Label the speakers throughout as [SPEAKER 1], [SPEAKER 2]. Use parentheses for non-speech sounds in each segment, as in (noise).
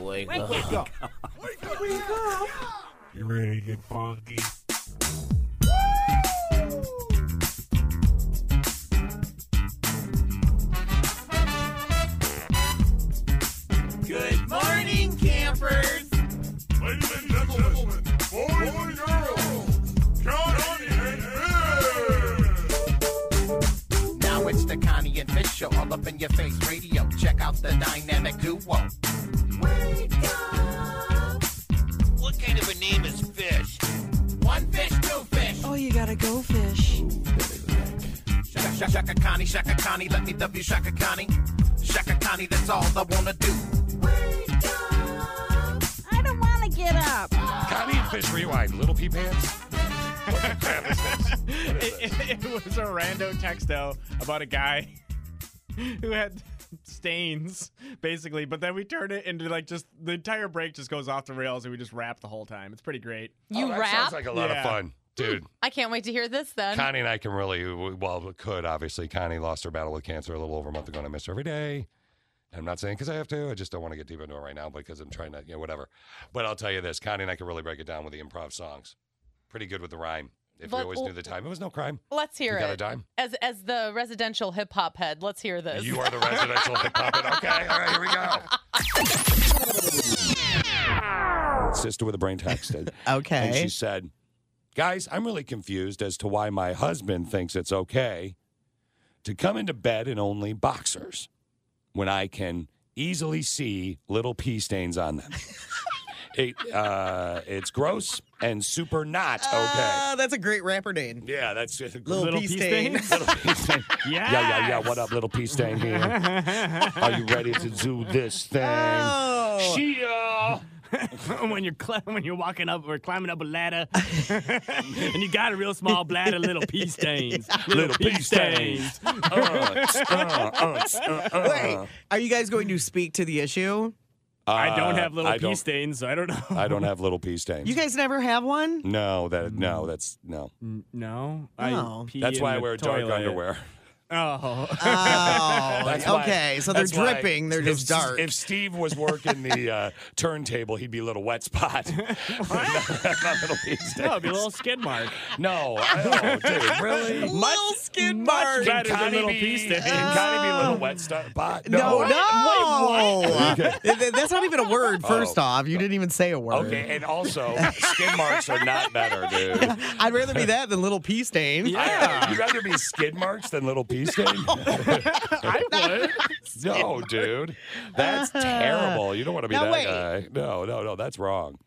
[SPEAKER 1] wake
[SPEAKER 2] Wake
[SPEAKER 1] up.
[SPEAKER 2] up.
[SPEAKER 3] You ready to get funky?
[SPEAKER 1] Good morning, campers.
[SPEAKER 3] Ladies and gentlemen, boys and girls, Johnny and Bill.
[SPEAKER 4] Now it's the Connie and Fish show, all up in your face radio. Check out the dynamic duo.
[SPEAKER 5] What kind of a name is Fish?
[SPEAKER 4] One fish, two fish.
[SPEAKER 6] Oh, you gotta go fish.
[SPEAKER 4] Shaka, shaka, shaka Connie, shaka Connie, let me love you, shaka Connie. Shaka Connie, that's all I wanna do.
[SPEAKER 2] I don't want to get up.
[SPEAKER 7] Connie and Fish Rewind, Little Pea Pants.
[SPEAKER 8] it, it, it was a rando texto about a guy (laughs) who had stains, basically. But then we turned it into like just the entire break just goes off the rails and we just rap the whole time. It's pretty great.
[SPEAKER 6] You
[SPEAKER 7] oh, that
[SPEAKER 6] rap?
[SPEAKER 7] Sounds like a lot
[SPEAKER 8] Yeah.
[SPEAKER 7] of fun, dude.
[SPEAKER 6] I can't wait to hear this then.
[SPEAKER 7] Connie and I can really, well, we could obviously. Connie lost her battle with cancer a little over a month ago, and I miss her every day. I'm not saying because I have to. I just don't want to get deep into it right now because I'm trying to, you know, whatever. But I'll tell you this: Connie and I can really break it down with the improv songs. Pretty good with the rhyme. If we
[SPEAKER 6] But-
[SPEAKER 7] always knew the time, it was no crime.
[SPEAKER 6] Let's hear
[SPEAKER 7] You got
[SPEAKER 6] it.
[SPEAKER 7] a dime?
[SPEAKER 6] As as the residential hip hop head, let's hear
[SPEAKER 7] (laughs)
[SPEAKER 6] this.
[SPEAKER 7] You are the residential hip hop. Okay, all right, here we go. Sister with a brain texted. And
[SPEAKER 9] (laughs) Okay.
[SPEAKER 7] she said, Guys, I'm really confused as to why my husband thinks it's okay to come into bed in only boxers when I can easily see little pee stains on
[SPEAKER 9] (laughs)
[SPEAKER 7] them. it, uh, it's gross and super not okay.
[SPEAKER 9] Ah, that's a great rapper name.
[SPEAKER 7] yeah, that's
[SPEAKER 9] Little,
[SPEAKER 8] Little
[SPEAKER 9] pea
[SPEAKER 8] pea
[SPEAKER 9] stain.
[SPEAKER 8] (laughs) stain?
[SPEAKER 7] little pee stain. Yeah, yeah, yeah. What up, little pee stain here? Are you ready to do this thing?
[SPEAKER 9] Oh.
[SPEAKER 7] She,
[SPEAKER 8] (laughs)
[SPEAKER 7] uh,
[SPEAKER 8] when you're cl- when you're walking up or climbing up a ladder,
[SPEAKER 7] (laughs)
[SPEAKER 8] and you got a real small bladder, little pea stains,
[SPEAKER 7] Little pea stains. uh, uh, uh, uh, uh.
[SPEAKER 9] Wait, are you guys going to speak to the issue?
[SPEAKER 8] I don't
[SPEAKER 7] Uh,
[SPEAKER 8] have little
[SPEAKER 7] I
[SPEAKER 8] pea
[SPEAKER 7] don't-
[SPEAKER 8] stains, so I don't know.
[SPEAKER 7] I don't have little pea stains.
[SPEAKER 9] You guys never have one?
[SPEAKER 7] no, that no, that's no.
[SPEAKER 8] no,
[SPEAKER 9] No.
[SPEAKER 8] I pee
[SPEAKER 7] That's
[SPEAKER 8] in
[SPEAKER 7] why I
[SPEAKER 8] the
[SPEAKER 7] wear
[SPEAKER 8] toilet.
[SPEAKER 7] dark underwear.
[SPEAKER 8] Oh,
[SPEAKER 7] (laughs)
[SPEAKER 8] (laughs)
[SPEAKER 9] Oh,
[SPEAKER 7] why-
[SPEAKER 9] okay. So they're
[SPEAKER 7] that's why-
[SPEAKER 9] dripping. they're
[SPEAKER 7] if
[SPEAKER 9] just
[SPEAKER 7] S-
[SPEAKER 9] dark. (laughs)
[SPEAKER 7] If Steve was working the uh, turntable, he'd be a little wet
[SPEAKER 8] (laughs)
[SPEAKER 7] spot. (laughs) Not little pea stains.
[SPEAKER 8] no, it'd be a little skid mark.
[SPEAKER 7] No, I- oh, dude, really?
[SPEAKER 9] Little skin mark.
[SPEAKER 8] better than little Oh.
[SPEAKER 7] be,
[SPEAKER 8] pea stains.
[SPEAKER 7] Can Connie be a little wet spot?
[SPEAKER 9] No,
[SPEAKER 7] What?
[SPEAKER 9] no.
[SPEAKER 7] Okay.
[SPEAKER 9] (laughs) Th- th- That's not even a word, first
[SPEAKER 7] Oh.
[SPEAKER 9] off. You didn't even say a word.
[SPEAKER 7] Okay, and also skin marks are not better,
[SPEAKER 9] (laughs)
[SPEAKER 7] dude.
[SPEAKER 9] I'd rather be that than little pea stain.
[SPEAKER 7] I, you'd rather be skid marks than little
[SPEAKER 9] (laughs)
[SPEAKER 7] pea stain?
[SPEAKER 8] I would.
[SPEAKER 7] No, dude. That's terrible. You don't want to be
[SPEAKER 9] Now
[SPEAKER 7] that
[SPEAKER 9] wait.
[SPEAKER 7] guy. No, no, no. That's wrong.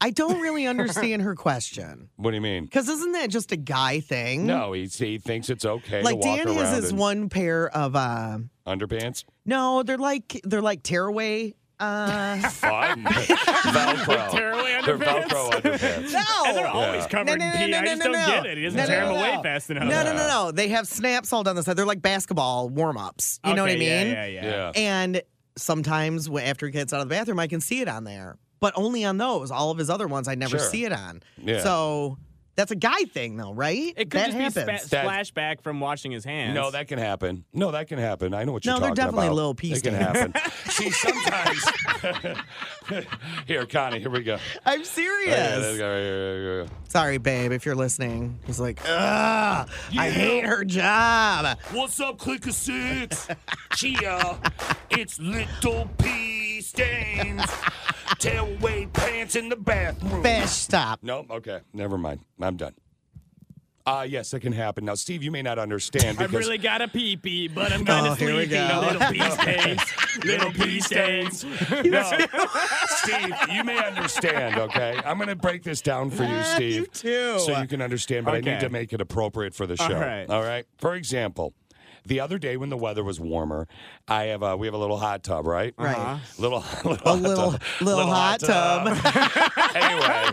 [SPEAKER 9] I don't really understand her question.
[SPEAKER 7] What do you mean?
[SPEAKER 9] Because isn't that just a guy thing?
[SPEAKER 7] No, he, he thinks it's okay to
[SPEAKER 9] Hmm? Like
[SPEAKER 7] walk
[SPEAKER 9] Danny's
[SPEAKER 7] around
[SPEAKER 9] is
[SPEAKER 7] in
[SPEAKER 9] one pair of uh (laughs)
[SPEAKER 7] underpants.
[SPEAKER 9] no, they're like they're like tearaway uh
[SPEAKER 7] (laughs)
[SPEAKER 9] (laughs)
[SPEAKER 7] Fun. Velcro.
[SPEAKER 8] Tearaway
[SPEAKER 7] Oh. They're
[SPEAKER 8] underpants?
[SPEAKER 7] Velcro
[SPEAKER 9] (laughs)
[SPEAKER 7] underpants.
[SPEAKER 8] And they're
[SPEAKER 9] No.
[SPEAKER 8] always
[SPEAKER 7] Yeah.
[SPEAKER 8] covered
[SPEAKER 9] No, no,
[SPEAKER 8] in
[SPEAKER 9] no,
[SPEAKER 8] pee.
[SPEAKER 9] no,
[SPEAKER 8] I
[SPEAKER 9] no,
[SPEAKER 8] just
[SPEAKER 9] no,
[SPEAKER 8] don't
[SPEAKER 9] no.
[SPEAKER 8] get it. He doesn't
[SPEAKER 9] No, no,
[SPEAKER 8] tear
[SPEAKER 9] no,
[SPEAKER 8] them away (laughs)
[SPEAKER 9] no.
[SPEAKER 8] fast enough.
[SPEAKER 9] No, no, no, no. They have snaps all down the side. They're like basketball warm ups. You know what I mean?
[SPEAKER 8] Okay, Yeah, yeah, yeah.
[SPEAKER 7] Yeah.
[SPEAKER 9] And sometimes wh- after he gets out of the bathroom, I can see it on there, but only on those. All of his other ones, I never
[SPEAKER 7] Sure.
[SPEAKER 9] see it on.
[SPEAKER 7] Yeah.
[SPEAKER 9] So that's a guy thing, though, right?
[SPEAKER 8] It could
[SPEAKER 9] that
[SPEAKER 8] just be
[SPEAKER 9] happens.
[SPEAKER 8] (laughs) spa-
[SPEAKER 7] That-
[SPEAKER 8] flashback from washing his hands.
[SPEAKER 7] No, that can happen. No, that can happen. I know what
[SPEAKER 9] No,
[SPEAKER 7] you're
[SPEAKER 9] they're
[SPEAKER 7] talking
[SPEAKER 9] definitely
[SPEAKER 7] about.
[SPEAKER 9] little pea
[SPEAKER 7] It can
[SPEAKER 9] stains.
[SPEAKER 7] happen.
[SPEAKER 9] (laughs)
[SPEAKER 7] See, sometimes. (laughs) here, Connie, here we go.
[SPEAKER 9] I'm
[SPEAKER 7] Yeah, there
[SPEAKER 9] serious.
[SPEAKER 7] we go, right here, right here, right here.
[SPEAKER 9] Sorry, babe, if you're listening. He's like, ugh, I hate her job.
[SPEAKER 7] What's up, Click of Six? (laughs) Chia, it's little pea
[SPEAKER 4] (laughs)
[SPEAKER 7] stains. Tailway pants in the bathroom.
[SPEAKER 9] Fish, stop.
[SPEAKER 7] No, okay, never mind. I'm done. Uh, yes, it can happen. Now, Steve, you may not understand (laughs)
[SPEAKER 8] I
[SPEAKER 7] because
[SPEAKER 8] really got a pee pee, but I'm kind
[SPEAKER 9] Oh,
[SPEAKER 8] of
[SPEAKER 9] here we
[SPEAKER 8] sleepy.
[SPEAKER 9] go.
[SPEAKER 8] Little pea stains, little pea stains.
[SPEAKER 7] No, Steve, you may understand. Okay, I'm going to break this down for you, Steve,
[SPEAKER 9] Ah, You too.
[SPEAKER 7] so you can understand. But I need
[SPEAKER 8] Okay.
[SPEAKER 7] to make it appropriate for the show.
[SPEAKER 8] right.
[SPEAKER 7] All right. For example, the other day when the weather was warmer, I have a, we have a little (laughs) hot tub, right?
[SPEAKER 9] Right. Uh-huh.
[SPEAKER 7] Little, little
[SPEAKER 9] A
[SPEAKER 7] hot
[SPEAKER 9] little,
[SPEAKER 7] tub.
[SPEAKER 9] little hot
[SPEAKER 7] (laughs)
[SPEAKER 9] tub.
[SPEAKER 7] anyway,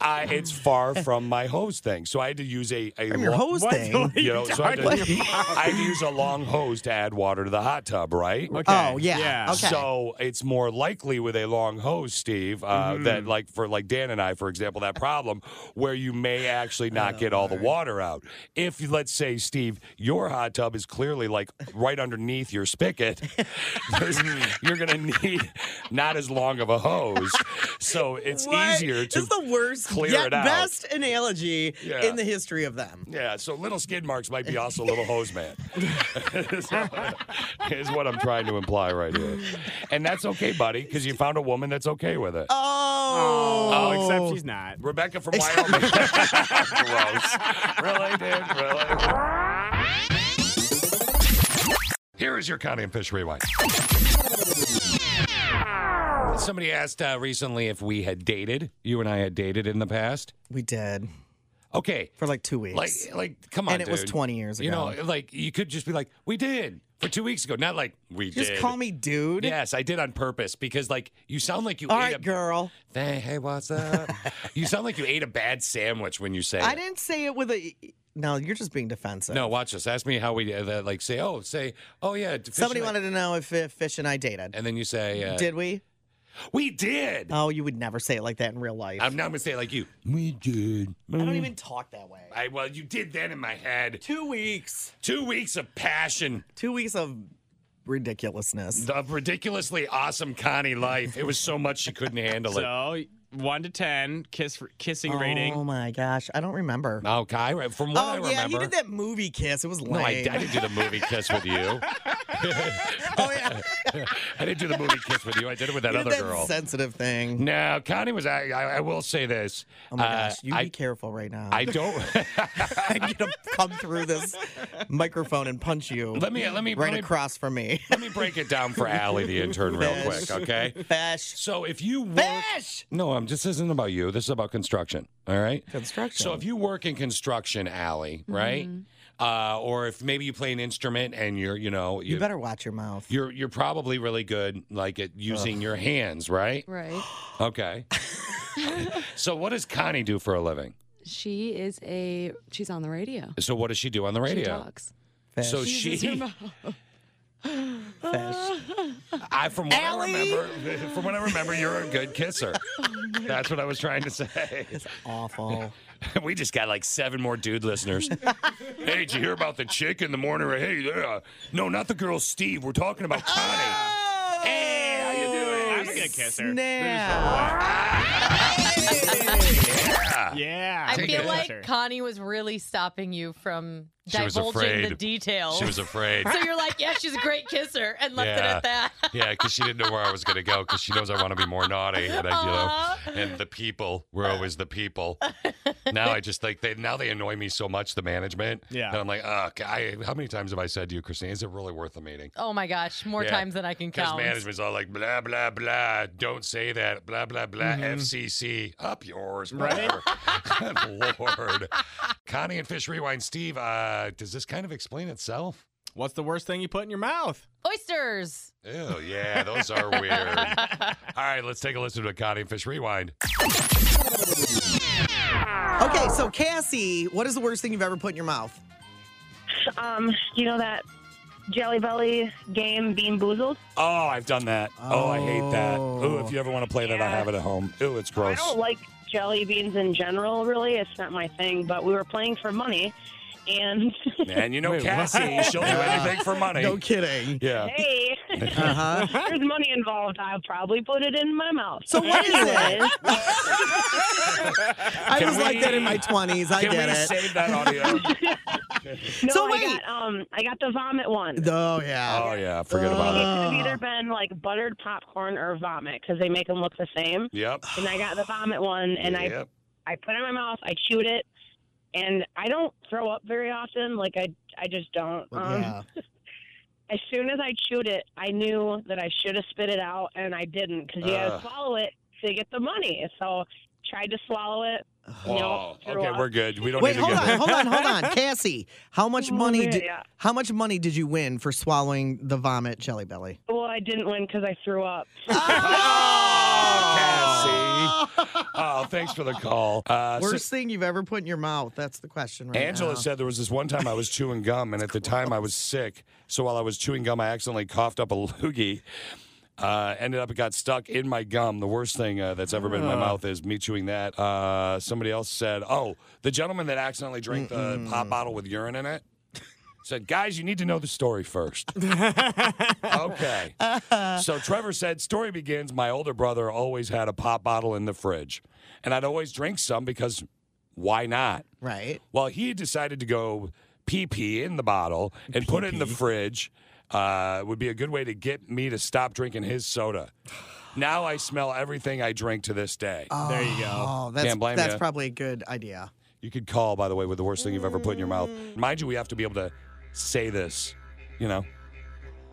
[SPEAKER 7] I, it's far from my hose thing, so I had to use a, a
[SPEAKER 9] From your
[SPEAKER 7] lo-
[SPEAKER 9] hose
[SPEAKER 8] What
[SPEAKER 9] thing.
[SPEAKER 8] the-
[SPEAKER 7] (laughs) You know, so I had, to, (laughs)
[SPEAKER 8] What?
[SPEAKER 7] I had to use a long hose to add water to the hot tub, right?
[SPEAKER 9] Oh, yeah. Okay.
[SPEAKER 7] So it's more likely with a long hose, Steve, uh,
[SPEAKER 9] Mm-hmm.
[SPEAKER 7] that like for like Dan and I, for example, that problem where you may actually not
[SPEAKER 9] Oh,
[SPEAKER 7] get all the water out. If let's say, Steve, your hot tub is clearly like right underneath your spigot, (laughs) there's-
[SPEAKER 9] Mm.
[SPEAKER 7] you're gonna need not as long of a hose. So it's
[SPEAKER 9] What?
[SPEAKER 7] easier to
[SPEAKER 9] This is the worst,
[SPEAKER 7] clear
[SPEAKER 9] yet
[SPEAKER 7] it out.
[SPEAKER 9] best analogy
[SPEAKER 7] Yeah.
[SPEAKER 9] in the history of them.
[SPEAKER 7] Yeah, so little skid marks might be also little hose man. (laughs) is what I'm trying to imply right here. And that's okay, buddy, because you found a woman that's okay with it.
[SPEAKER 9] Oh.
[SPEAKER 8] Oh, except she's not.
[SPEAKER 7] Rebecca from Wyoming. (laughs) Gross. Really, dude? Really? Here is your County and Fish Rewind. Somebody asked uh, recently if we had dated. You and I had dated in the past.
[SPEAKER 9] We did
[SPEAKER 7] Okay.
[SPEAKER 9] for like two weeks.
[SPEAKER 7] Like, like, come on,
[SPEAKER 9] And it was
[SPEAKER 7] dude.
[SPEAKER 9] 20 years
[SPEAKER 7] You
[SPEAKER 9] ago.
[SPEAKER 7] know, like you could just be like, "We did for two weeks ago," not like we
[SPEAKER 9] Just
[SPEAKER 7] did.
[SPEAKER 9] call me dude.
[SPEAKER 7] Yes, I did on purpose because, like, you sound like you
[SPEAKER 9] All
[SPEAKER 7] ate
[SPEAKER 9] right,
[SPEAKER 7] a
[SPEAKER 9] girl.
[SPEAKER 7] Hey, hey, what's
[SPEAKER 9] (laughs)
[SPEAKER 7] up? you sound like you ate a bad sandwich when you say.
[SPEAKER 9] I
[SPEAKER 7] it.
[SPEAKER 9] didn't say it with a. No, you're just being defensive.
[SPEAKER 7] No, watch this. Ask me how we uh, that, like say. Oh, say. Oh yeah. fish
[SPEAKER 9] Somebody
[SPEAKER 7] and I-"
[SPEAKER 9] wanted to know if, if Fish and I dated.
[SPEAKER 7] And then you say, uh,
[SPEAKER 9] Did we?
[SPEAKER 7] we did?"
[SPEAKER 9] Oh, you would never say it like that in real life.
[SPEAKER 7] I'm not gonna say it like you. We did.
[SPEAKER 9] I don't even talk that way.
[SPEAKER 7] I well, you did that in my head.
[SPEAKER 9] Two weeks.
[SPEAKER 7] Two weeks of passion.
[SPEAKER 9] Two weeks of ridiculousness.
[SPEAKER 7] The ridiculously awesome Connie life. It was so much she couldn't
[SPEAKER 9] (laughs)
[SPEAKER 7] handle it.
[SPEAKER 8] So one to ten kiss kissing
[SPEAKER 9] Oh
[SPEAKER 8] rating.
[SPEAKER 9] my gosh, I don't remember.
[SPEAKER 7] Okay, I- from what I
[SPEAKER 9] oh
[SPEAKER 7] remember.
[SPEAKER 9] yeah, he did that movie kiss. It was lame.
[SPEAKER 7] No, I, I didn't do the movie Kiss with you.
[SPEAKER 9] (laughs) oh yeah,
[SPEAKER 7] (laughs) I didn't do the movie Kiss with you. I did it with that
[SPEAKER 9] he did
[SPEAKER 7] other
[SPEAKER 9] that
[SPEAKER 7] girl.
[SPEAKER 9] sensitive thing.
[SPEAKER 7] No, Connie was. I, I, I will say this.
[SPEAKER 9] Oh my
[SPEAKER 7] Uh,
[SPEAKER 9] gosh, you
[SPEAKER 7] I,
[SPEAKER 9] be careful right now.
[SPEAKER 7] I don't. (laughs)
[SPEAKER 9] I'm gonna (laughs) come through this microphone and punch you.
[SPEAKER 7] let me. Let me.
[SPEAKER 9] right
[SPEAKER 7] let me,
[SPEAKER 9] across from me. (laughs)
[SPEAKER 7] let me break it down for Allie, the intern, real quick. Okay.
[SPEAKER 9] Fish.
[SPEAKER 7] So if
[SPEAKER 9] (laughs)
[SPEAKER 7] you work,
[SPEAKER 9] Fish.
[SPEAKER 7] no, I'm. This isn't about you. This is about construction. All right.
[SPEAKER 9] Construction.
[SPEAKER 7] So if you work in construction, Allie, right? Uh, or if maybe you play an instrument and you're, you know,
[SPEAKER 9] you
[SPEAKER 7] you,
[SPEAKER 9] better watch your mouth.
[SPEAKER 7] you're you're probably really good like at using your hands, right?
[SPEAKER 6] Right.
[SPEAKER 7] Okay.
[SPEAKER 10] (laughs)
[SPEAKER 7] so what does Connie do for a living?
[SPEAKER 10] She is a. She's on the radio.
[SPEAKER 7] So what does she do on the
[SPEAKER 10] She
[SPEAKER 7] radio?
[SPEAKER 10] talks.
[SPEAKER 9] Fish.
[SPEAKER 7] So
[SPEAKER 10] Uses her
[SPEAKER 7] she,
[SPEAKER 10] mouth.
[SPEAKER 9] fish.
[SPEAKER 7] (laughs) I from what I remember, (laughs) from what I remember, you're a
[SPEAKER 10] (laughs)
[SPEAKER 7] good kisser.
[SPEAKER 10] Oh
[SPEAKER 7] (laughs) That's what I was trying to say. (laughs)
[SPEAKER 9] Awful.
[SPEAKER 7] we just got like seven more
[SPEAKER 10] (laughs)
[SPEAKER 7] dude listeners. hey, did you hear about the chick in the morning? Or, hey, yeah. no, not the girl, Steve. We're talking about Connie.
[SPEAKER 10] Oh!
[SPEAKER 7] Hey, how you doing?
[SPEAKER 8] I'm gonna kiss her.
[SPEAKER 9] Snap.
[SPEAKER 8] Yeah.
[SPEAKER 6] I
[SPEAKER 8] I'm
[SPEAKER 6] feel
[SPEAKER 8] gonna kiss
[SPEAKER 6] like
[SPEAKER 8] her.
[SPEAKER 6] Connie was really stopping you from
[SPEAKER 7] She was
[SPEAKER 6] divulging the
[SPEAKER 7] afraid.
[SPEAKER 6] details.
[SPEAKER 7] She was afraid.
[SPEAKER 6] (laughs) so you're like, yeah, she's a great kisser, and left
[SPEAKER 7] Yeah.
[SPEAKER 6] it at that. (laughs)
[SPEAKER 7] Yeah, because she didn't know where I was going to go because she knows I want to be more naughty. And, I, you know, and the people were always the people. Now I just like they now they annoy me so much, the management.
[SPEAKER 8] Yeah.
[SPEAKER 7] And I'm like, oh, I, how many times have I said to you, Christine, is it really worth the meeting?
[SPEAKER 6] Oh my gosh, more
[SPEAKER 7] Yeah.
[SPEAKER 6] times than I can
[SPEAKER 7] Because
[SPEAKER 6] count.
[SPEAKER 7] management's all like, blah, blah, blah. Don't say that. Blah, blah, blah. FCC. Up yours.
[SPEAKER 8] Mm-hmm. Right?
[SPEAKER 7] brother. (laughs) Good Lord. Connie and Fish Rewind. Steve, uh, does this kind of explain itself?
[SPEAKER 8] What's the worst thing you put in your mouth?
[SPEAKER 6] Oysters.
[SPEAKER 7] Ew, yeah, those are weird. All right, let's take a listen to a Connie and Fish Rewind.
[SPEAKER 9] Okay, so Cassie, what is the worst thing you've ever put in your mouth?
[SPEAKER 11] Um, you know that Jelly Belly game, Bean Boozled?
[SPEAKER 7] Oh, I've done that. Oh, I hate that. Ooh,
[SPEAKER 9] Oh.
[SPEAKER 7] if you ever want to play that, I
[SPEAKER 11] Yeah.
[SPEAKER 7] have it at home. Ooh, it's
[SPEAKER 11] I
[SPEAKER 7] gross.
[SPEAKER 11] don't like jelly beans in general, really. It's not my thing, but we were playing for money. And (laughs)
[SPEAKER 7] And you know
[SPEAKER 8] Wait,
[SPEAKER 7] Cassie, she'll do anything for money.
[SPEAKER 9] No kidding.
[SPEAKER 7] Yeah.
[SPEAKER 11] hey,
[SPEAKER 9] Uh huh.
[SPEAKER 11] there's money involved. I'll probably put it in my mouth.
[SPEAKER 9] So what is
[SPEAKER 11] Anyways,
[SPEAKER 9] I
[SPEAKER 7] (laughs) Can
[SPEAKER 9] was like
[SPEAKER 7] we-
[SPEAKER 9] that in my twenties. I
[SPEAKER 7] Can we
[SPEAKER 9] get it.
[SPEAKER 7] save that audio?
[SPEAKER 11] (laughs) No,
[SPEAKER 9] (laughs) So
[SPEAKER 11] I
[SPEAKER 9] wait.
[SPEAKER 11] got, um, I got the vomit one.
[SPEAKER 9] oh yeah.
[SPEAKER 7] (laughs) oh, yeah, forget about it.
[SPEAKER 11] it could have
[SPEAKER 9] uh.
[SPEAKER 11] either been like buttered popcorn or vomit because they make them look the same.
[SPEAKER 7] Yep.
[SPEAKER 11] And I got the vomit one, and I
[SPEAKER 7] yep.
[SPEAKER 11] I put it in my mouth, I chewed it, and I don't throw up very often. Like I, I just don't. Um,
[SPEAKER 9] yeah.
[SPEAKER 11] As soon as I chewed it, I knew that I should have spit it out, and I didn't because you
[SPEAKER 7] Ugh.
[SPEAKER 11] gotta swallow it to get the money. So tried to swallow it.
[SPEAKER 7] Oh,
[SPEAKER 11] No, throw
[SPEAKER 7] okay,
[SPEAKER 11] up.
[SPEAKER 7] we're good. We don't
[SPEAKER 9] Wait,
[SPEAKER 7] need to
[SPEAKER 9] hold
[SPEAKER 7] get
[SPEAKER 9] on, hold on, hold on,
[SPEAKER 7] (laughs)
[SPEAKER 9] Cassie. How much
[SPEAKER 11] Oh,
[SPEAKER 9] money?
[SPEAKER 11] man,
[SPEAKER 9] Did,
[SPEAKER 11] yeah.
[SPEAKER 9] How much money did you win for swallowing the vomit Jelly Belly?
[SPEAKER 11] Well, I I didn't win because I threw up.
[SPEAKER 7] Oh, Cassie. Oh, thanks for the call. Uh, so-
[SPEAKER 9] Worst thing you've ever put in your mouth? That's the question right
[SPEAKER 7] Angela
[SPEAKER 9] now.
[SPEAKER 7] said there was this one time I was chewing gum, and at the time I was sick. So while I was chewing gum, I accidentally coughed up a (laughs) loogie. Uh, ended up, it got stuck in my gum. The worst thing uh, that's ever been in my
[SPEAKER 12] Ugh.
[SPEAKER 7] mouth is me chewing that. Uh, somebody else said, "Oh, the gentleman that accidentally drank the pop bottle with urine in it." Said, guys, you need to know the story
[SPEAKER 9] (laughs)
[SPEAKER 7] first. okay. So Trevor said, story begins. My older brother always had a pop bottle in the fridge, and I'd always drink some because why not?
[SPEAKER 9] Right.
[SPEAKER 7] Well, he had decided to go pee pee in the bottle and put it in the fridge. Uh, would be a good way to get me to stop drinking his soda. Now I smell everything I drink to this day.
[SPEAKER 9] There you go. Oh, that's,
[SPEAKER 7] Can't blame
[SPEAKER 9] that's
[SPEAKER 7] ya.
[SPEAKER 9] probably a good idea.
[SPEAKER 7] You could call, by the way, with the worst thing you've ever put in your mouth.
[SPEAKER 9] Mm.
[SPEAKER 7] Mind you, we have to be able to say this, you know?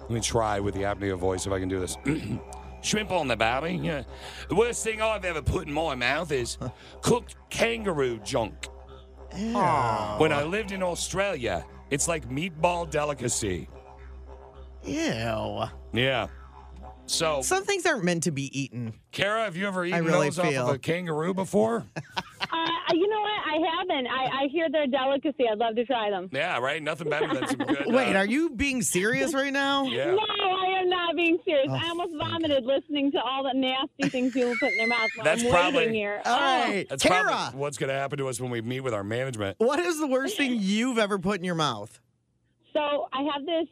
[SPEAKER 7] Let me try with the apnea voice if I can do this. (clears throat) Shrimp on the barbie. Yeah. The worst thing I've ever put in my mouth
[SPEAKER 9] (laughs)
[SPEAKER 7] is cooked kangaroo junk. Ah. When I lived in Australia, it's like meatball delicacy.
[SPEAKER 9] Ew.
[SPEAKER 7] Yeah. So,
[SPEAKER 9] Some things aren't meant to be eaten.
[SPEAKER 7] Kara, have you ever
[SPEAKER 9] I
[SPEAKER 7] eaten
[SPEAKER 9] really
[SPEAKER 7] those off
[SPEAKER 9] feel-
[SPEAKER 7] of a kangaroo before? (laughs)
[SPEAKER 13] Uh, you know what? I haven't. I, I hear they're a delicacy. I'd love to try them.
[SPEAKER 7] yeah, right? Nothing better than some good.
[SPEAKER 9] (laughs) Wait,
[SPEAKER 7] uh,
[SPEAKER 9] are you being serious right now?
[SPEAKER 7] (laughs) Yeah.
[SPEAKER 13] No, I am not being serious.
[SPEAKER 9] Oh,
[SPEAKER 13] I almost vomited listening to all the nasty things people put in their mouth. While
[SPEAKER 7] That's
[SPEAKER 13] I'm
[SPEAKER 7] probably
[SPEAKER 13] waiting here.
[SPEAKER 9] All
[SPEAKER 13] Oh.
[SPEAKER 9] right,
[SPEAKER 7] That's
[SPEAKER 9] Kara.
[SPEAKER 7] probably what's going to happen to us when we meet with our (laughs) management.
[SPEAKER 9] What is the worst thing you've ever put in your mouth?
[SPEAKER 13] So I have this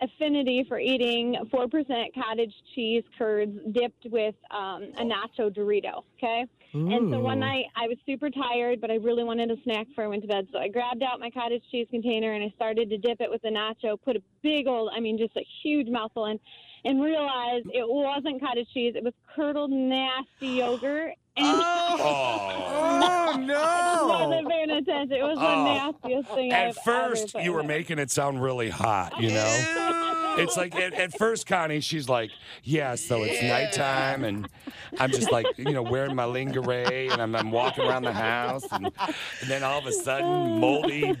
[SPEAKER 13] affinity for eating 4% cottage cheese curds dipped with um, a nacho Dorito. Okay. And so one
[SPEAKER 14] Ooh.
[SPEAKER 13] night I was super tired, but I really wanted a snack before I went to bed. So I grabbed out my cottage cheese container and I started to dip it with the nacho, put a big old, I mean, just a huge mouthful in, and realized it wasn't cottage cheese. It was curdled, nasty yogurt. And (laughs)
[SPEAKER 7] Oh.
[SPEAKER 13] no! I wasn't paying attention. It was
[SPEAKER 7] Oh.
[SPEAKER 13] the nastiest thing I've
[SPEAKER 7] At
[SPEAKER 13] ever
[SPEAKER 7] first,
[SPEAKER 13] put
[SPEAKER 7] you
[SPEAKER 13] in
[SPEAKER 7] were
[SPEAKER 13] my
[SPEAKER 7] making it sound really hot, you know? It's like at, at first, Connie, she's like, Yeah, so it's nighttime, and I'm just like, you know, wearing my lingerie, and I'm, I'm walking around the house, and, and then all of a sudden, moldy.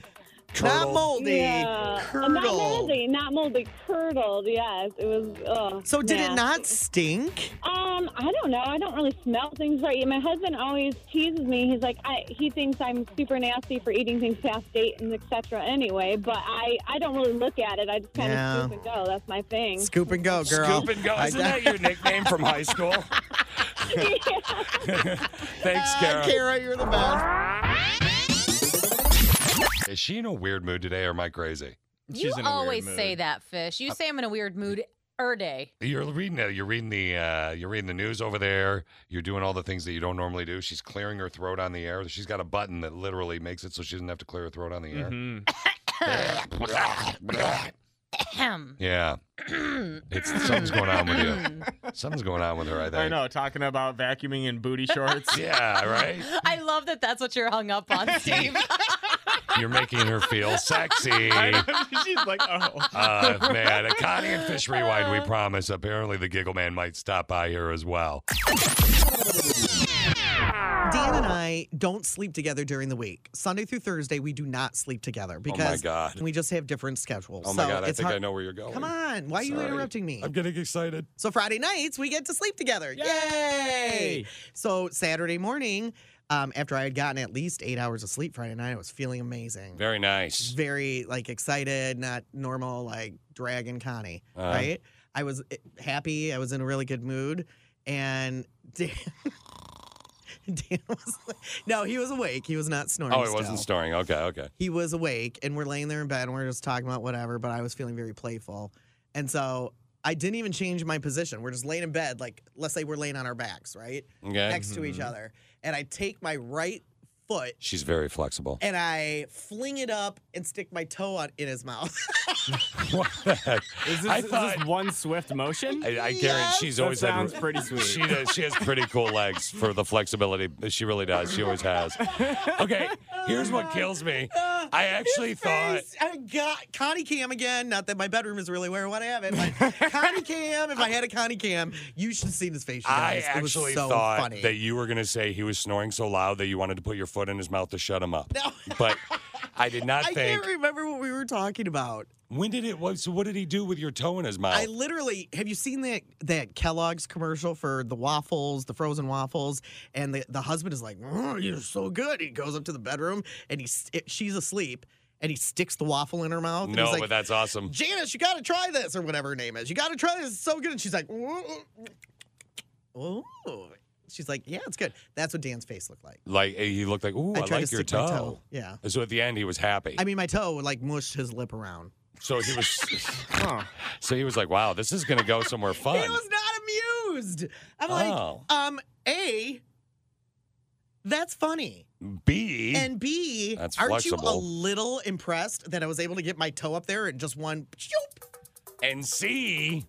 [SPEAKER 7] curdled-
[SPEAKER 13] Yeah. Uh, Not moldy, not moldy, curdled. Yes, it was. Ugh,
[SPEAKER 9] So did it
[SPEAKER 13] nasty.
[SPEAKER 9] not stink?
[SPEAKER 13] Um, I don't know. I don't really smell things right. My husband always teases me. He's like, I, he thinks I'm super nasty for eating things past date and etc. Anyway, but I, I don't really look at it. I just kind of
[SPEAKER 9] Yeah.
[SPEAKER 13] scoop and go. That's my thing. (laughs)
[SPEAKER 9] Scoop and go, girl.
[SPEAKER 7] Scoop and go.
[SPEAKER 9] I-
[SPEAKER 7] Isn't that (laughs) your nickname from high school? (laughs) Thanks, Kara.
[SPEAKER 9] Uh, Kara, you're the best.
[SPEAKER 7] Is she in a weird mood today, or am I crazy?
[SPEAKER 6] You always say that, Fish.
[SPEAKER 7] Uh,
[SPEAKER 6] You say I'm in a weird mood er day.
[SPEAKER 7] You're reading it. You're reading the. Uh, you're reading the news over there. You're doing all the things that you don't normally do. She's clearing her throat on the air. She's got a button that literally makes it so she doesn't have to clear her throat on the air.
[SPEAKER 8] Mm-hmm.
[SPEAKER 7] Mm-hmm. (laughs)
[SPEAKER 6] Ahem.
[SPEAKER 7] (coughs) Yeah, it's something's going on with you. Something's going on with her. I think.
[SPEAKER 8] I know, talking about vacuuming in booty shorts.
[SPEAKER 7] Yeah, right.
[SPEAKER 6] I love that that's what you're hung up on,
[SPEAKER 7] (laughs)
[SPEAKER 6] Steve. (laughs)
[SPEAKER 7] You're making her feel sexy. (laughs)
[SPEAKER 8] She's like, oh.
[SPEAKER 7] Uh, man, a Connie and Fish Rewind, we promise. Apparently, the Giggle Man might stop by here as well.
[SPEAKER 9] Dan and I don't sleep together during the week. Sunday through Thursday, we do not sleep together
[SPEAKER 7] Oh my
[SPEAKER 9] because
[SPEAKER 7] God.
[SPEAKER 9] we just have different schedules.
[SPEAKER 7] Oh, my
[SPEAKER 9] So
[SPEAKER 7] God. I
[SPEAKER 9] it's
[SPEAKER 7] think
[SPEAKER 9] hard-
[SPEAKER 7] I know where you're going.
[SPEAKER 9] Come on, why are you
[SPEAKER 7] Sorry.
[SPEAKER 9] interrupting me?
[SPEAKER 7] I'm getting excited.
[SPEAKER 9] So Friday nights we get to sleep together. Yay! So Saturday morning, um, after I had gotten at least eight hours of sleep Friday night, I was feeling amazing.
[SPEAKER 7] Very nice.
[SPEAKER 9] Very like excited, not normal like dragon Connie,
[SPEAKER 7] Uh-huh.
[SPEAKER 9] right? I was eh, happy. I was in a really good mood, and (laughs) Dan, Dan was no, he was awake. He was not snoring.
[SPEAKER 7] Oh, it
[SPEAKER 9] still.
[SPEAKER 7] wasn't snoring. Okay, okay.
[SPEAKER 9] He was awake, and we're laying there in bed, and we're just talking about whatever. But I was feeling very playful, and so I didn't even change my position. We're just laying in bed, like let's say we're laying on our backs, right,
[SPEAKER 7] Okay.
[SPEAKER 9] next to each
[SPEAKER 7] Mhm.
[SPEAKER 9] other, and I take my right foot
[SPEAKER 7] She's very (laughs) flexible.
[SPEAKER 9] and I fling it up and stick my toe on, in his mouth.
[SPEAKER 7] What the heck?
[SPEAKER 8] Is this,
[SPEAKER 7] I
[SPEAKER 8] is this one swift motion?
[SPEAKER 7] I,
[SPEAKER 9] (laughs)
[SPEAKER 7] I guarantee she's always
[SPEAKER 8] that
[SPEAKER 7] had-
[SPEAKER 8] sounds pretty sweet.
[SPEAKER 7] She does. She has pretty cool legs for the flexibility. She really does. She always has. Okay, here's what kills me. I actually thought.
[SPEAKER 9] I got Connie Cam again. Not that my bedroom is really where I want to have it.
[SPEAKER 7] (laughs)
[SPEAKER 9] But Connie Cam. If I had a Connie Cam, you should have seen his face. you
[SPEAKER 7] I
[SPEAKER 9] guys. It was
[SPEAKER 7] actually
[SPEAKER 9] so
[SPEAKER 7] thought
[SPEAKER 9] funny.
[SPEAKER 7] that you were going to say he was snoring so loud that you wanted to put your foot in his mouth to shut him up. But I did not
[SPEAKER 9] (laughs) I
[SPEAKER 7] think.
[SPEAKER 9] can't remember what we were talking about.
[SPEAKER 7] When did it? What, so what did he do with your toe in his mouth?
[SPEAKER 9] I literally have you seen that that Kellogg's commercial for the waffles, the frozen waffles, and the, the husband is like, oh, "You're so good." He goes up to the bedroom and he st- she's asleep and he sticks the waffle in her mouth. and
[SPEAKER 7] no,
[SPEAKER 9] he's like,
[SPEAKER 7] but that's awesome.
[SPEAKER 9] Janice, you got to try this or whatever her name is. You got to try this. It's so good. And she's like, "Oh." She's like, "Yeah, it's good." That's what Dan's face looked like.
[SPEAKER 7] Like eh, he looked like, ooh, I,
[SPEAKER 9] I tried to
[SPEAKER 7] like your
[SPEAKER 9] stick my
[SPEAKER 7] toe.
[SPEAKER 9] toe. Yeah.
[SPEAKER 7] So at the end, he was happy.
[SPEAKER 9] I mean, my toe like mushed his lip around.
[SPEAKER 7] So he
[SPEAKER 8] (laughs)
[SPEAKER 7] was. So he was like, wow, this is gonna go somewhere fun.
[SPEAKER 9] He was not amused. I'm
[SPEAKER 7] Oh.
[SPEAKER 9] like, um, A, that's funny.
[SPEAKER 7] B.
[SPEAKER 9] And B,
[SPEAKER 7] Mm. That's
[SPEAKER 9] aren't you a
[SPEAKER 7] flexible.
[SPEAKER 9] little impressed that I was able to get my toe up there and just one?
[SPEAKER 7] And C.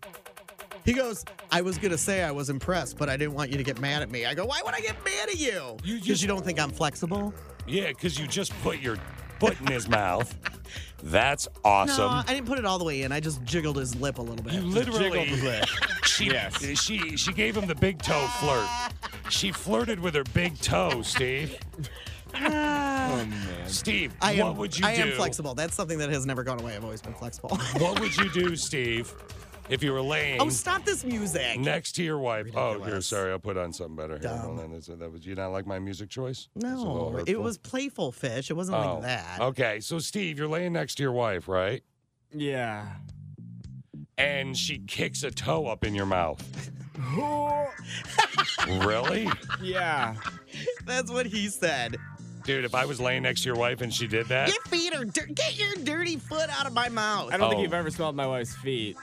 [SPEAKER 9] He goes, I was going to say I was impressed, but I didn't want you to get mad at me. I go, why would I get mad at you? Because you, don't think I'm flexible?
[SPEAKER 7] Yeah, because you just put your foot in his mouth. That's awesome.
[SPEAKER 9] No, I didn't put it all the way in. I just jiggled his lip a little bit. You
[SPEAKER 7] Literally, (laughs) she, she she gave him the big toe flirt. She flirted with her big toe,
[SPEAKER 9] (laughs)
[SPEAKER 7] Steve. Steve,
[SPEAKER 9] Oh, I am,
[SPEAKER 7] what would you
[SPEAKER 9] I
[SPEAKER 7] do?
[SPEAKER 9] am flexible. That's something that has never gone away. I've always been flexible. (laughs)
[SPEAKER 7] What would you do, Steve, if you were laying
[SPEAKER 9] oh, stop this music.
[SPEAKER 7] next to your wife? Oh, here, sorry, I'll put on something better. Here, hold on. That's- That was you not like my music choice? It's a little
[SPEAKER 9] No, it
[SPEAKER 7] hurtful.
[SPEAKER 9] was playful fish. It wasn't
[SPEAKER 7] Oh,
[SPEAKER 9] like that.
[SPEAKER 7] Okay, so Steve, you're laying next to your wife, right?
[SPEAKER 8] Yeah.
[SPEAKER 7] And she kicks a toe up in your mouth. really?
[SPEAKER 8] Yeah.
[SPEAKER 9] That's what he said.
[SPEAKER 7] Dude, if I was laying next to your wife and she did that,
[SPEAKER 9] Your feet are dir- get your dirty foot out of my mouth.
[SPEAKER 8] I don't
[SPEAKER 7] Oh.
[SPEAKER 8] think you've ever smelled my wife's feet.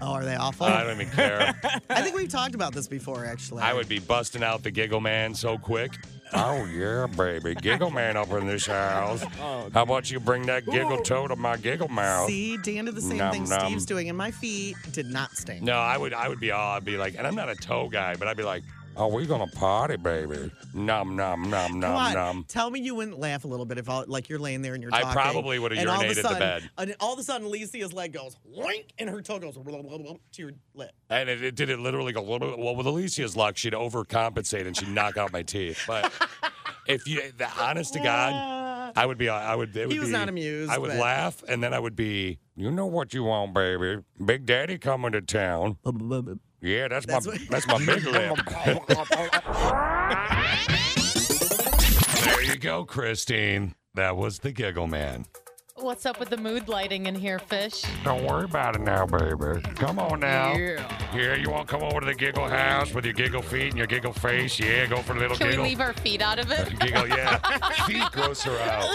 [SPEAKER 9] Oh, are they awful?
[SPEAKER 7] I don't even care.
[SPEAKER 9] (laughs) I think we've talked about this before, actually.
[SPEAKER 7] I would be busting out the giggle man so quick. Oh yeah, baby, giggle man up in this (laughs) house. How about you bring that giggle toe to my giggle mouth?
[SPEAKER 9] See, Dan did the same
[SPEAKER 7] Nom,
[SPEAKER 9] thing
[SPEAKER 7] nom.
[SPEAKER 9] Steve's doing, and my feet did not stink.
[SPEAKER 7] No, I would I would be all I'd be like, and I'm not a toe guy, but I'd be like, oh, we're gonna party, baby. Nom nom nom
[SPEAKER 9] Come
[SPEAKER 7] nom
[SPEAKER 9] on,
[SPEAKER 7] nom.
[SPEAKER 9] tell me you wouldn't laugh a little bit if, all, like, you're laying there and you're
[SPEAKER 7] I
[SPEAKER 9] talking.
[SPEAKER 7] probably would've
[SPEAKER 9] and all of a
[SPEAKER 7] urinated the
[SPEAKER 9] sudden-
[SPEAKER 7] bed.
[SPEAKER 9] And all of a sudden, Lisia's leg goes wink, and her toe goes blub, blub, blub, to your lip.
[SPEAKER 7] And it, it did it literally go. Well, with Alicia's luck, she'd overcompensate and she'd knock out my teeth. (laughs) But if you, the honest to God, I would be. I would. It would
[SPEAKER 9] Ah. He was
[SPEAKER 7] be-
[SPEAKER 9] not amused,
[SPEAKER 7] I would
[SPEAKER 9] but-
[SPEAKER 7] laugh, and then I would be. You know what you want, baby. Big Daddy coming to town. Yeah, that's,
[SPEAKER 3] That's
[SPEAKER 7] my
[SPEAKER 3] what-
[SPEAKER 7] that's my
[SPEAKER 6] (laughs)
[SPEAKER 7] big lip. there you go, Christine. That was the giggle man.
[SPEAKER 6] What's up with the mood lighting in here, Fish?
[SPEAKER 7] Don't worry about it now, baby. Come on now.
[SPEAKER 6] Yeah.
[SPEAKER 7] Yeah, you want to come over to the giggle house with your giggle feet and your giggle face? Yeah, go for the little
[SPEAKER 6] Can
[SPEAKER 7] giggle.
[SPEAKER 6] we leave our feet out of it?
[SPEAKER 7] giggle,
[SPEAKER 6] (laughs)
[SPEAKER 7] yeah. feet gross her out.
[SPEAKER 8] yeah,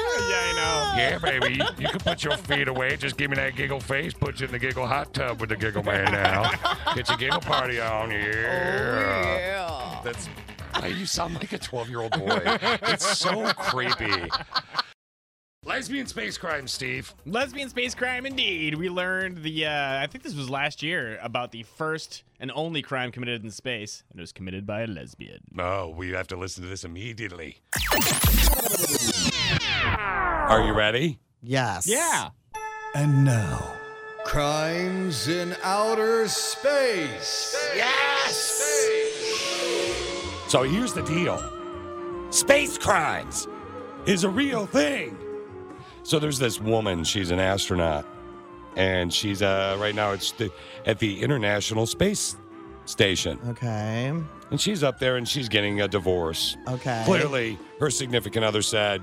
[SPEAKER 8] I
[SPEAKER 7] Yeah, baby, you, you can put your feet away. Just give me that giggle face. Put you in the giggle hot tub with the giggle man now. Get your giggle party on. Yeah.
[SPEAKER 3] yeah.
[SPEAKER 7] That's. Hey, You sound like a 12 year old boy. It's so creepy. Lesbian space crime, Steve.
[SPEAKER 8] Lesbian space crime, indeed. We learned the, uh, I think this was last year, about the first and only crime committed in space, and it was committed by a lesbian.
[SPEAKER 7] No, we have to listen to this immediately. Are you ready?
[SPEAKER 9] Yes.
[SPEAKER 8] Yeah.
[SPEAKER 15] And now, crimes in outer space. Yes.
[SPEAKER 7] So here's the deal space crimes is a real thing. So there's this woman, she's an astronaut, and she's uh, right now it's the, at the International Space Station.
[SPEAKER 9] Okay.
[SPEAKER 7] And she's up there and she's getting a divorce.
[SPEAKER 9] Okay.
[SPEAKER 7] Clearly, her significant other said,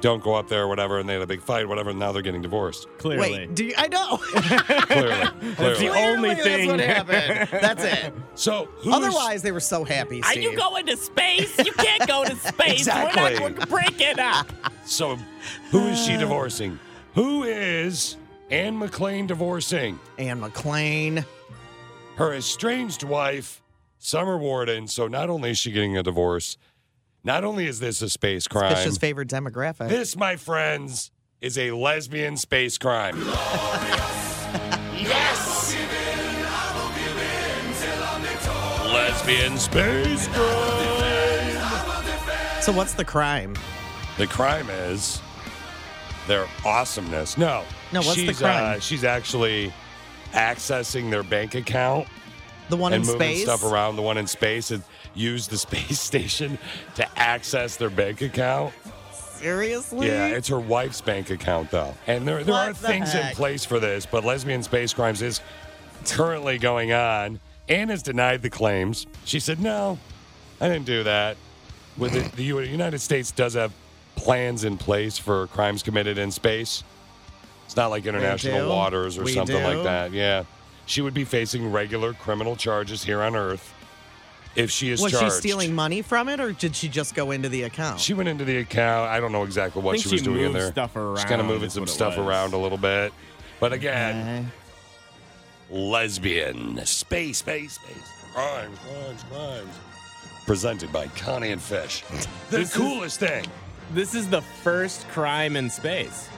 [SPEAKER 7] don't go up there or whatever, and they had a big fight, whatever, and now they're getting divorced.
[SPEAKER 9] Wait, do you, I
[SPEAKER 7] (laughs)
[SPEAKER 9] know?
[SPEAKER 7] Clearly.
[SPEAKER 9] That's
[SPEAKER 7] Clearly.
[SPEAKER 9] the only Clearly, that's thing. what happened.
[SPEAKER 7] (laughs)
[SPEAKER 9] That's it.
[SPEAKER 7] So who's-
[SPEAKER 9] Otherwise, they were so happy.
[SPEAKER 2] Are you
[SPEAKER 9] Steve.
[SPEAKER 2] going to space? You can't go to space. We're
[SPEAKER 7] Exactly.
[SPEAKER 2] not going to break it up.
[SPEAKER 7] (laughs) So, who is she divorcing? Who is Anne McLean divorcing?
[SPEAKER 9] Anne McLean.
[SPEAKER 7] Her estranged wife, Summer Warden. So, not only is she getting a divorce, not only is this a space crime,
[SPEAKER 9] Fish's favorite demographic.
[SPEAKER 7] this, my friends, is a lesbian
[SPEAKER 2] (laughs)
[SPEAKER 7] space crime.
[SPEAKER 3] Yes!
[SPEAKER 7] lesbian space crime.
[SPEAKER 9] So what's the crime?
[SPEAKER 7] The crime is their awesomeness. No.
[SPEAKER 9] No, what's the
[SPEAKER 7] she's,
[SPEAKER 9] crime?
[SPEAKER 7] Uh, she's actually accessing their bank account.
[SPEAKER 9] The one
[SPEAKER 7] and
[SPEAKER 9] in
[SPEAKER 7] moving
[SPEAKER 9] space.
[SPEAKER 7] stuff around. The one (laughs) in space and use the space station to access their bank account.
[SPEAKER 9] Seriously?
[SPEAKER 12] Yeah, it's her wife's bank account though, and there there
[SPEAKER 9] What
[SPEAKER 12] are
[SPEAKER 9] the
[SPEAKER 12] things in
[SPEAKER 9] heck?
[SPEAKER 12] place for this. But lesbian space crimes is currently going on. Anne has denied the claims. She said, "No, I didn't do that." With the, the U- United States does have plans in place for crimes committed in space. It's not like international
[SPEAKER 16] do.
[SPEAKER 12] waters or
[SPEAKER 16] We
[SPEAKER 12] something like
[SPEAKER 16] do.
[SPEAKER 12] that. Yeah, she would be facing regular criminal charges here on Earth if she is
[SPEAKER 9] Was she
[SPEAKER 12] charged.
[SPEAKER 9] stealing money from it, or did she just go into the account?
[SPEAKER 12] She went into the account. I don't know exactly what
[SPEAKER 9] I think
[SPEAKER 12] she was
[SPEAKER 9] she
[SPEAKER 12] doing in
[SPEAKER 9] moved
[SPEAKER 12] there.
[SPEAKER 9] stuff
[SPEAKER 12] She's kind of
[SPEAKER 9] around
[SPEAKER 12] moving
[SPEAKER 9] is
[SPEAKER 12] some
[SPEAKER 9] what it
[SPEAKER 12] stuff
[SPEAKER 9] was.
[SPEAKER 12] around a little bit. But again, lesbian space, space, space crimes, crimes, crimes. Presented by Connie and
[SPEAKER 9] (laughs)
[SPEAKER 12] Fish. the coolest thing.
[SPEAKER 7] This is the first crime in space.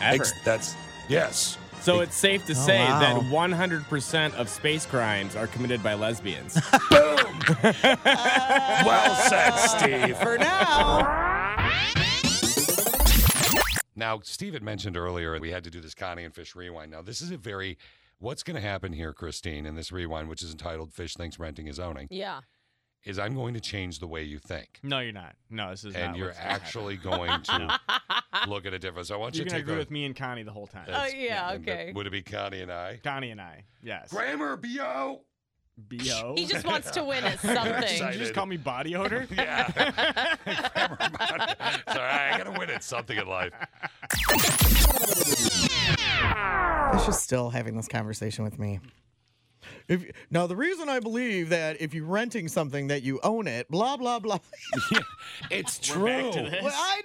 [SPEAKER 7] Ever.
[SPEAKER 12] Ex- that's yes.
[SPEAKER 7] So it's safe to
[SPEAKER 12] Oh,
[SPEAKER 7] say
[SPEAKER 12] wow.
[SPEAKER 7] that 100% of space crimes are committed by
[SPEAKER 12] (laughs)
[SPEAKER 7] lesbians.
[SPEAKER 12] well said,
[SPEAKER 9] (laughs)
[SPEAKER 12] Steve. For Now, Steve had mentioned earlier we had to do this Connie and Fish rewind. Now, this is a very what's going to happen here, Christine, in this rewind, which is entitled "Fish Thinks Renting Is Owning."
[SPEAKER 6] (laughs) Yeah.
[SPEAKER 12] Is I'm going to change the way you think,
[SPEAKER 8] No, you're not. No, this is
[SPEAKER 12] and
[SPEAKER 8] not
[SPEAKER 12] you're
[SPEAKER 8] what's gonna happen.
[SPEAKER 12] actually going
[SPEAKER 8] (laughs)
[SPEAKER 12] to
[SPEAKER 6] Oh,
[SPEAKER 12] look at a difference. I want you
[SPEAKER 8] You're
[SPEAKER 12] to
[SPEAKER 8] gonna
[SPEAKER 12] take
[SPEAKER 8] agree
[SPEAKER 12] a, Uh,
[SPEAKER 8] with me and Connie the whole time.
[SPEAKER 12] That's-
[SPEAKER 6] yeah,
[SPEAKER 12] and that-
[SPEAKER 6] okay.
[SPEAKER 12] Would it be Connie and I?
[SPEAKER 8] Connie and I. Yes.
[SPEAKER 12] Grammar
[SPEAKER 9] (laughs)
[SPEAKER 12] bo. (laughs)
[SPEAKER 8] Bo.
[SPEAKER 6] He just wants to win at
[SPEAKER 8] (laughs) Did
[SPEAKER 6] something.
[SPEAKER 8] you just call me body odor?
[SPEAKER 12] yeah. (laughs) Sorry, I gotta win at something in life.
[SPEAKER 9] Fish is still having this conversation with me. If, now, the reason I believe that if you're renting something that you own it, blah blah blah. (laughs)
[SPEAKER 12] It's
[SPEAKER 9] We're back
[SPEAKER 12] true.
[SPEAKER 9] to this? Well, I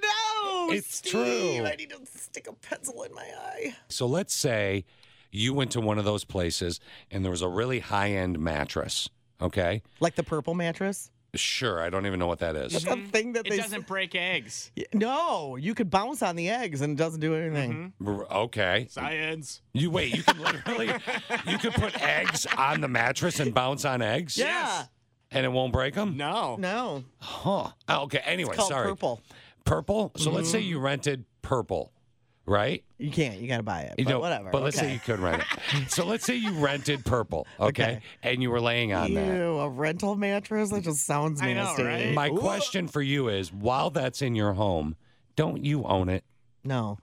[SPEAKER 9] know.
[SPEAKER 12] It's
[SPEAKER 9] Steve,
[SPEAKER 12] true.
[SPEAKER 9] I need to stick a pencil in my eye.
[SPEAKER 12] So let's say you went to one of those places and there was a really high end mattress. Okay.
[SPEAKER 9] Like the purple mattress.
[SPEAKER 12] Sure. I don't even know what that is.
[SPEAKER 9] That's a thing that
[SPEAKER 8] it
[SPEAKER 9] they s-
[SPEAKER 8] doesn't break eggs.
[SPEAKER 9] Y- No, you could bounce on the eggs and it doesn't do anything.
[SPEAKER 12] R- Okay. (laughs)
[SPEAKER 8] Science.
[SPEAKER 12] You wait. You can literally, you can put eggs on the mattress and bounce on eggs.
[SPEAKER 9] Yeah.
[SPEAKER 12] And it won't break them.
[SPEAKER 8] No.
[SPEAKER 9] No.
[SPEAKER 12] Huh. Oh, okay. Anyway,
[SPEAKER 9] called
[SPEAKER 12] sorry.
[SPEAKER 9] purple.
[SPEAKER 12] Purple. So let's say
[SPEAKER 9] Mhm.
[SPEAKER 12] you rented purple, right?
[SPEAKER 9] You can't. You got to buy it.
[SPEAKER 12] You
[SPEAKER 9] but
[SPEAKER 12] know,
[SPEAKER 9] whatever.
[SPEAKER 12] But let's say
[SPEAKER 9] okay.
[SPEAKER 12] you could rent it. so let's say you rented purple, okay, (laughs) and you were laying on that.
[SPEAKER 9] Ew, a rental mattress? That just sounds nasty.
[SPEAKER 12] My question for you is while that's in your home, don't you own it?
[SPEAKER 9] No.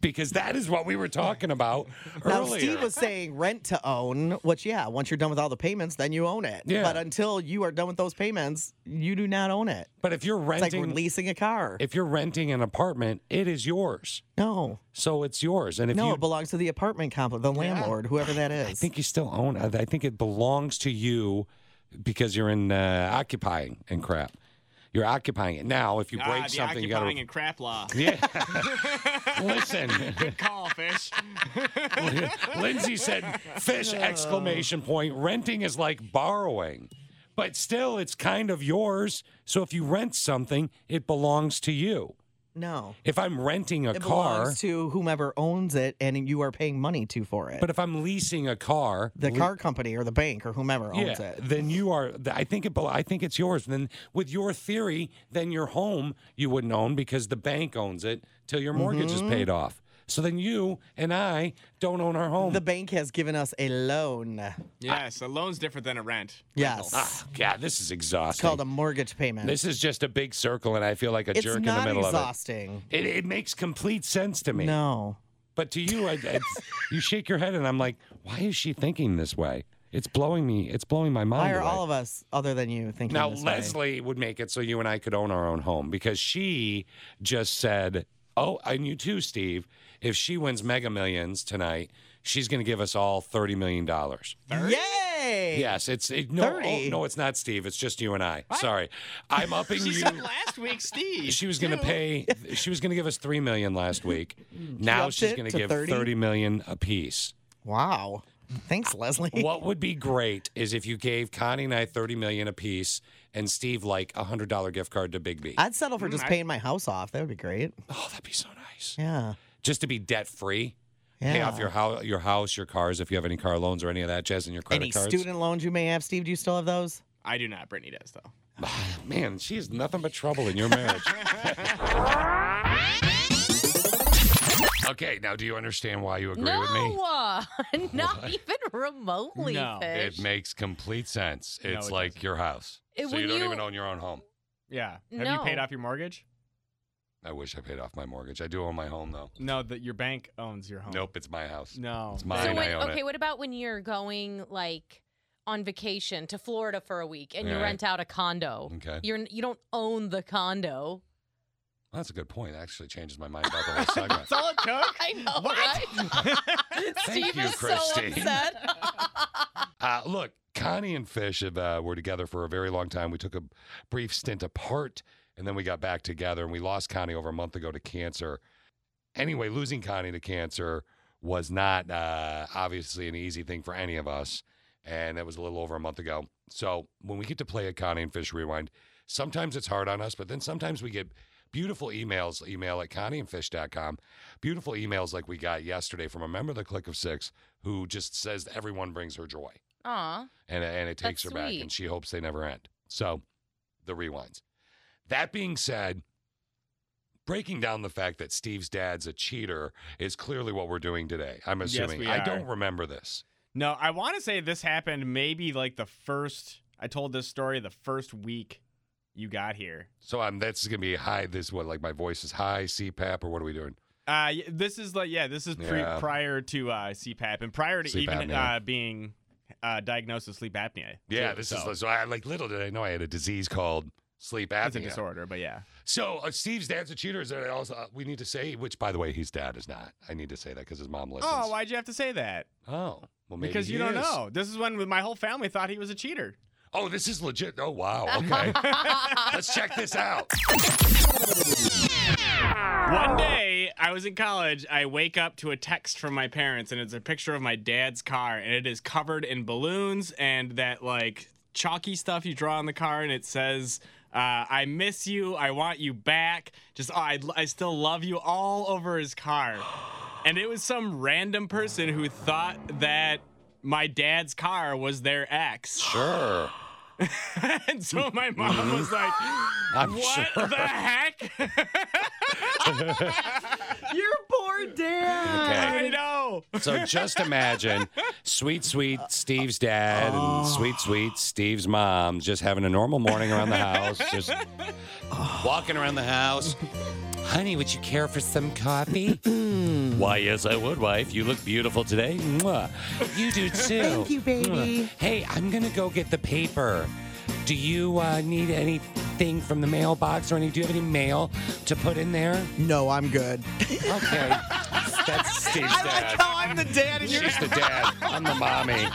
[SPEAKER 12] Because that is what we were talking about
[SPEAKER 9] Now,
[SPEAKER 12] earlier.
[SPEAKER 9] Steve was saying rent to own, which, yeah, once you're done with all the payments, then you own it.
[SPEAKER 12] Yeah.
[SPEAKER 9] But until you are done with those payments, you do not own it.
[SPEAKER 12] but if you're
[SPEAKER 9] it's
[SPEAKER 12] renting
[SPEAKER 9] like leasing a car.
[SPEAKER 12] if you're renting an apartment, it is yours.
[SPEAKER 9] No.
[SPEAKER 12] So it's yours. And if
[SPEAKER 9] no,
[SPEAKER 12] you
[SPEAKER 9] it belongs to the apartment complex, the landlord, whoever that is.
[SPEAKER 12] I think you still own it. I think it belongs to you because you're in uh, occupying and crap. You're occupying it. Now, if you
[SPEAKER 8] ah,
[SPEAKER 12] break
[SPEAKER 8] the
[SPEAKER 12] something, you
[SPEAKER 8] occupying
[SPEAKER 12] gotta
[SPEAKER 8] and crap law.
[SPEAKER 12] Yeah. Listen.
[SPEAKER 8] (laughs) Good
[SPEAKER 12] (laughs)
[SPEAKER 8] call, fish.
[SPEAKER 12] Lindsay said, "Fish!" Exclamation point. Renting is like borrowing, but still, it's kind of yours. So if you rent something, it belongs to you.
[SPEAKER 9] No.
[SPEAKER 12] If I'm renting a
[SPEAKER 9] it
[SPEAKER 12] car,
[SPEAKER 9] belongs to whomever owns it and you are paying money to for it.
[SPEAKER 12] but if I'm leasing a car,
[SPEAKER 9] the
[SPEAKER 12] le-
[SPEAKER 9] car company or the bank or whomever owns
[SPEAKER 12] yeah,
[SPEAKER 9] it.
[SPEAKER 12] then you are. th- I think it. bel- I think it's yours. Then with your theory, then your home you wouldn't own because the bank owns it till your mortgage is
[SPEAKER 9] Mhm.
[SPEAKER 12] paid off. So then you and I don't own our home.
[SPEAKER 9] The bank has given us a loan.
[SPEAKER 8] yes, a loan's different than a rent.
[SPEAKER 9] Yes.
[SPEAKER 12] Ah, God, this is exhausting.
[SPEAKER 9] It's called a mortgage payment.
[SPEAKER 12] This is just a big circle, and I feel
[SPEAKER 9] (laughs)
[SPEAKER 12] like a
[SPEAKER 9] It's
[SPEAKER 12] jerk in the
[SPEAKER 9] not
[SPEAKER 12] middle
[SPEAKER 9] exhausting.
[SPEAKER 12] of it. it. It makes complete sense to me.
[SPEAKER 9] No.
[SPEAKER 12] But to you, I, it's, you shake your head, and I'm like, why is she thinking this way? It's blowing me. It's blowing my mind.
[SPEAKER 9] Why are
[SPEAKER 12] away.
[SPEAKER 9] all of us other than you thinking
[SPEAKER 12] now
[SPEAKER 9] this way?
[SPEAKER 12] Leslie would make it so you and I could own our own home because she just said, "Oh, and you too, Steve. If she wins Mega Millions tonight, she's going to give us all thirty million dollars."
[SPEAKER 9] Yay!
[SPEAKER 12] Yes, it's it, no, oh,
[SPEAKER 9] 30?
[SPEAKER 12] no, it's not Steve. It's just you and I. Sorry,
[SPEAKER 9] (laughs)
[SPEAKER 12] I'm upping
[SPEAKER 8] She
[SPEAKER 12] you.
[SPEAKER 8] said last week, Steve.
[SPEAKER 12] She was going to pay. She was going to give us three million last week. Now
[SPEAKER 9] Mm. upped
[SPEAKER 12] she's
[SPEAKER 9] it
[SPEAKER 12] going
[SPEAKER 9] to
[SPEAKER 12] to give
[SPEAKER 9] 30?
[SPEAKER 12] thirty million a piece.
[SPEAKER 9] Wow. Thanks, Leslie.
[SPEAKER 12] What would be great is if you gave Connie and I thirty million a piece, and Steve like a hundred dollar gift card to Big B,
[SPEAKER 9] I'd settle for
[SPEAKER 12] Mm,
[SPEAKER 9] just
[SPEAKER 12] I-
[SPEAKER 9] paying my house off. That would be great.
[SPEAKER 12] Oh, that'd be so nice.
[SPEAKER 9] Yeah.
[SPEAKER 12] just to be debt free. Pay off
[SPEAKER 9] Yeah.
[SPEAKER 12] your house, your house, your cars if you have any car loans or any of that jazz, and your credit
[SPEAKER 9] Any
[SPEAKER 12] cards.
[SPEAKER 9] student loans you may have, Steve, do you still have those?
[SPEAKER 8] I do not. Brittany does though.
[SPEAKER 12] Ah, Man, she is nothing but trouble in your marriage. okay, now do you understand why you agree
[SPEAKER 6] no,
[SPEAKER 12] with me?
[SPEAKER 6] uh, (laughs) not
[SPEAKER 12] (laughs) What?
[SPEAKER 6] even remotely. Fish.
[SPEAKER 12] It makes complete sense.
[SPEAKER 8] No,
[SPEAKER 12] It's
[SPEAKER 8] it
[SPEAKER 12] like your house.
[SPEAKER 6] It-
[SPEAKER 12] so you
[SPEAKER 6] when
[SPEAKER 12] don't
[SPEAKER 6] you-
[SPEAKER 12] even own your own home.
[SPEAKER 8] Yeah. Have you
[SPEAKER 6] No.
[SPEAKER 8] paid off your mortgage?
[SPEAKER 7] I wish I paid off my mortgage. I do own my home though.
[SPEAKER 8] No, that your bank owns your home.
[SPEAKER 7] Nope, it's my house.
[SPEAKER 8] No, (laughs)
[SPEAKER 7] it's mine.
[SPEAKER 6] So
[SPEAKER 7] I
[SPEAKER 6] when,
[SPEAKER 7] own
[SPEAKER 6] okay,
[SPEAKER 7] it.
[SPEAKER 6] what about when you're going like on vacation to Florida for a week and you
[SPEAKER 7] All right.
[SPEAKER 6] rent out a condo?
[SPEAKER 12] Mm.
[SPEAKER 7] Okay.
[SPEAKER 6] You're you don't own the condo.
[SPEAKER 7] Well, that's a good point. That actually changes my mind about the whole segment.
[SPEAKER 8] That's all it took.
[SPEAKER 6] (laughs) (laughs) I know,
[SPEAKER 12] (laughs)
[SPEAKER 8] (laughs)
[SPEAKER 6] right?
[SPEAKER 7] Thank
[SPEAKER 6] Steve
[SPEAKER 7] you,
[SPEAKER 6] is
[SPEAKER 7] Christine.
[SPEAKER 6] so upset.
[SPEAKER 7] Uh, look, Connie and Fish have, uh, were together for a very long time. We took a brief stint apart, and then we got back together. And we lost Connie over a month ago to cancer. Anyway, losing Connie to cancer was not uh, obviously an easy thing for any of us, and that was a little over a month ago. So when we get to play a Connie and Fish rewind, sometimes it's hard on us, but then sometimes we get beautiful emails. Email at connieandfish.com. Beautiful emails like we got yesterday from a member of the Click of Six who just says everyone brings her joy
[SPEAKER 6] (laughs) (laughs) Aw.
[SPEAKER 7] and uh, and it takes
[SPEAKER 6] That's
[SPEAKER 7] her back,
[SPEAKER 6] sweet.
[SPEAKER 7] and she hopes they never end. So, the rewinds. That being said, breaking down the fact that Steve's dad's a cheater is clearly what we're doing today. I'm
[SPEAKER 8] Yes,
[SPEAKER 7] assuming.
[SPEAKER 8] we
[SPEAKER 7] I
[SPEAKER 8] are.
[SPEAKER 7] don't remember this.
[SPEAKER 8] No, I want to say this happened maybe like the first. I told this story the first week you got here.
[SPEAKER 7] So I'm. That's gonna be high. This what like my voice is high. CPAP or what are we doing?
[SPEAKER 8] Uh, y- this is like yeah, this is pre-
[SPEAKER 7] Yeah.
[SPEAKER 8] prior to uh, CPAP and prior to
[SPEAKER 7] Sleep
[SPEAKER 8] even
[SPEAKER 7] apnea.
[SPEAKER 8] uh, being uh, diagnosed with sleep apnea.
[SPEAKER 7] Yeah,
[SPEAKER 8] too,
[SPEAKER 7] this
[SPEAKER 8] so.
[SPEAKER 7] is so. I like little did I know I had a disease called sleep apnea.
[SPEAKER 8] It's a disorder, but yeah.
[SPEAKER 7] So uh, Steve's dad's a cheater. Is that also uh, we need to say? Which by the way, his dad is not. I need to say that because his mom listens.
[SPEAKER 8] Oh, why'd you have to say that?
[SPEAKER 7] Oh, well maybe
[SPEAKER 8] because you
[SPEAKER 7] he
[SPEAKER 8] don't
[SPEAKER 7] is.
[SPEAKER 8] know. This is when my whole family thought he was a cheater.
[SPEAKER 7] Oh, this is legit. Oh, (laughs) wow. Okay. Let's check this out.
[SPEAKER 8] One day, I was in college. I wake up to a text from my parents, and it's a picture of my dad's car, and it is covered in balloons and that like chalky stuff you draw on the car, and it says. Uh, I miss you. I want you back. Just, oh, I, I still love you all over his car. And it was some random person who thought that my dad's car was their ex.
[SPEAKER 7] Sure.
[SPEAKER 8] (laughs) and so my mom was like,
[SPEAKER 7] I'm
[SPEAKER 8] What
[SPEAKER 7] sure.
[SPEAKER 8] the heck? (laughs)
[SPEAKER 9] Your poor dad.
[SPEAKER 8] I know.
[SPEAKER 7] So just imagine sweet, sweet Steve's dad
[SPEAKER 1] Oh.
[SPEAKER 7] and sweet, sweet Steve's mom just having a normal morning around the (laughs) house, just walking around the house. Honey, would you care for some coffee? Mm. Why, yes, I would, wife. You look beautiful today. Mwah. You do too.
[SPEAKER 1] Thank you, baby.
[SPEAKER 7] Mwah. Hey, I'm going to go get the paper. Do you uh, need anything from the mailbox or any? Do you have any mail to put in there?
[SPEAKER 9] No, I'm good. (laughs)
[SPEAKER 7] Okay. That's Steve's
[SPEAKER 9] I
[SPEAKER 7] dad.
[SPEAKER 9] like how I'm the dad and you're
[SPEAKER 7] She's the dad. I'm the mommy.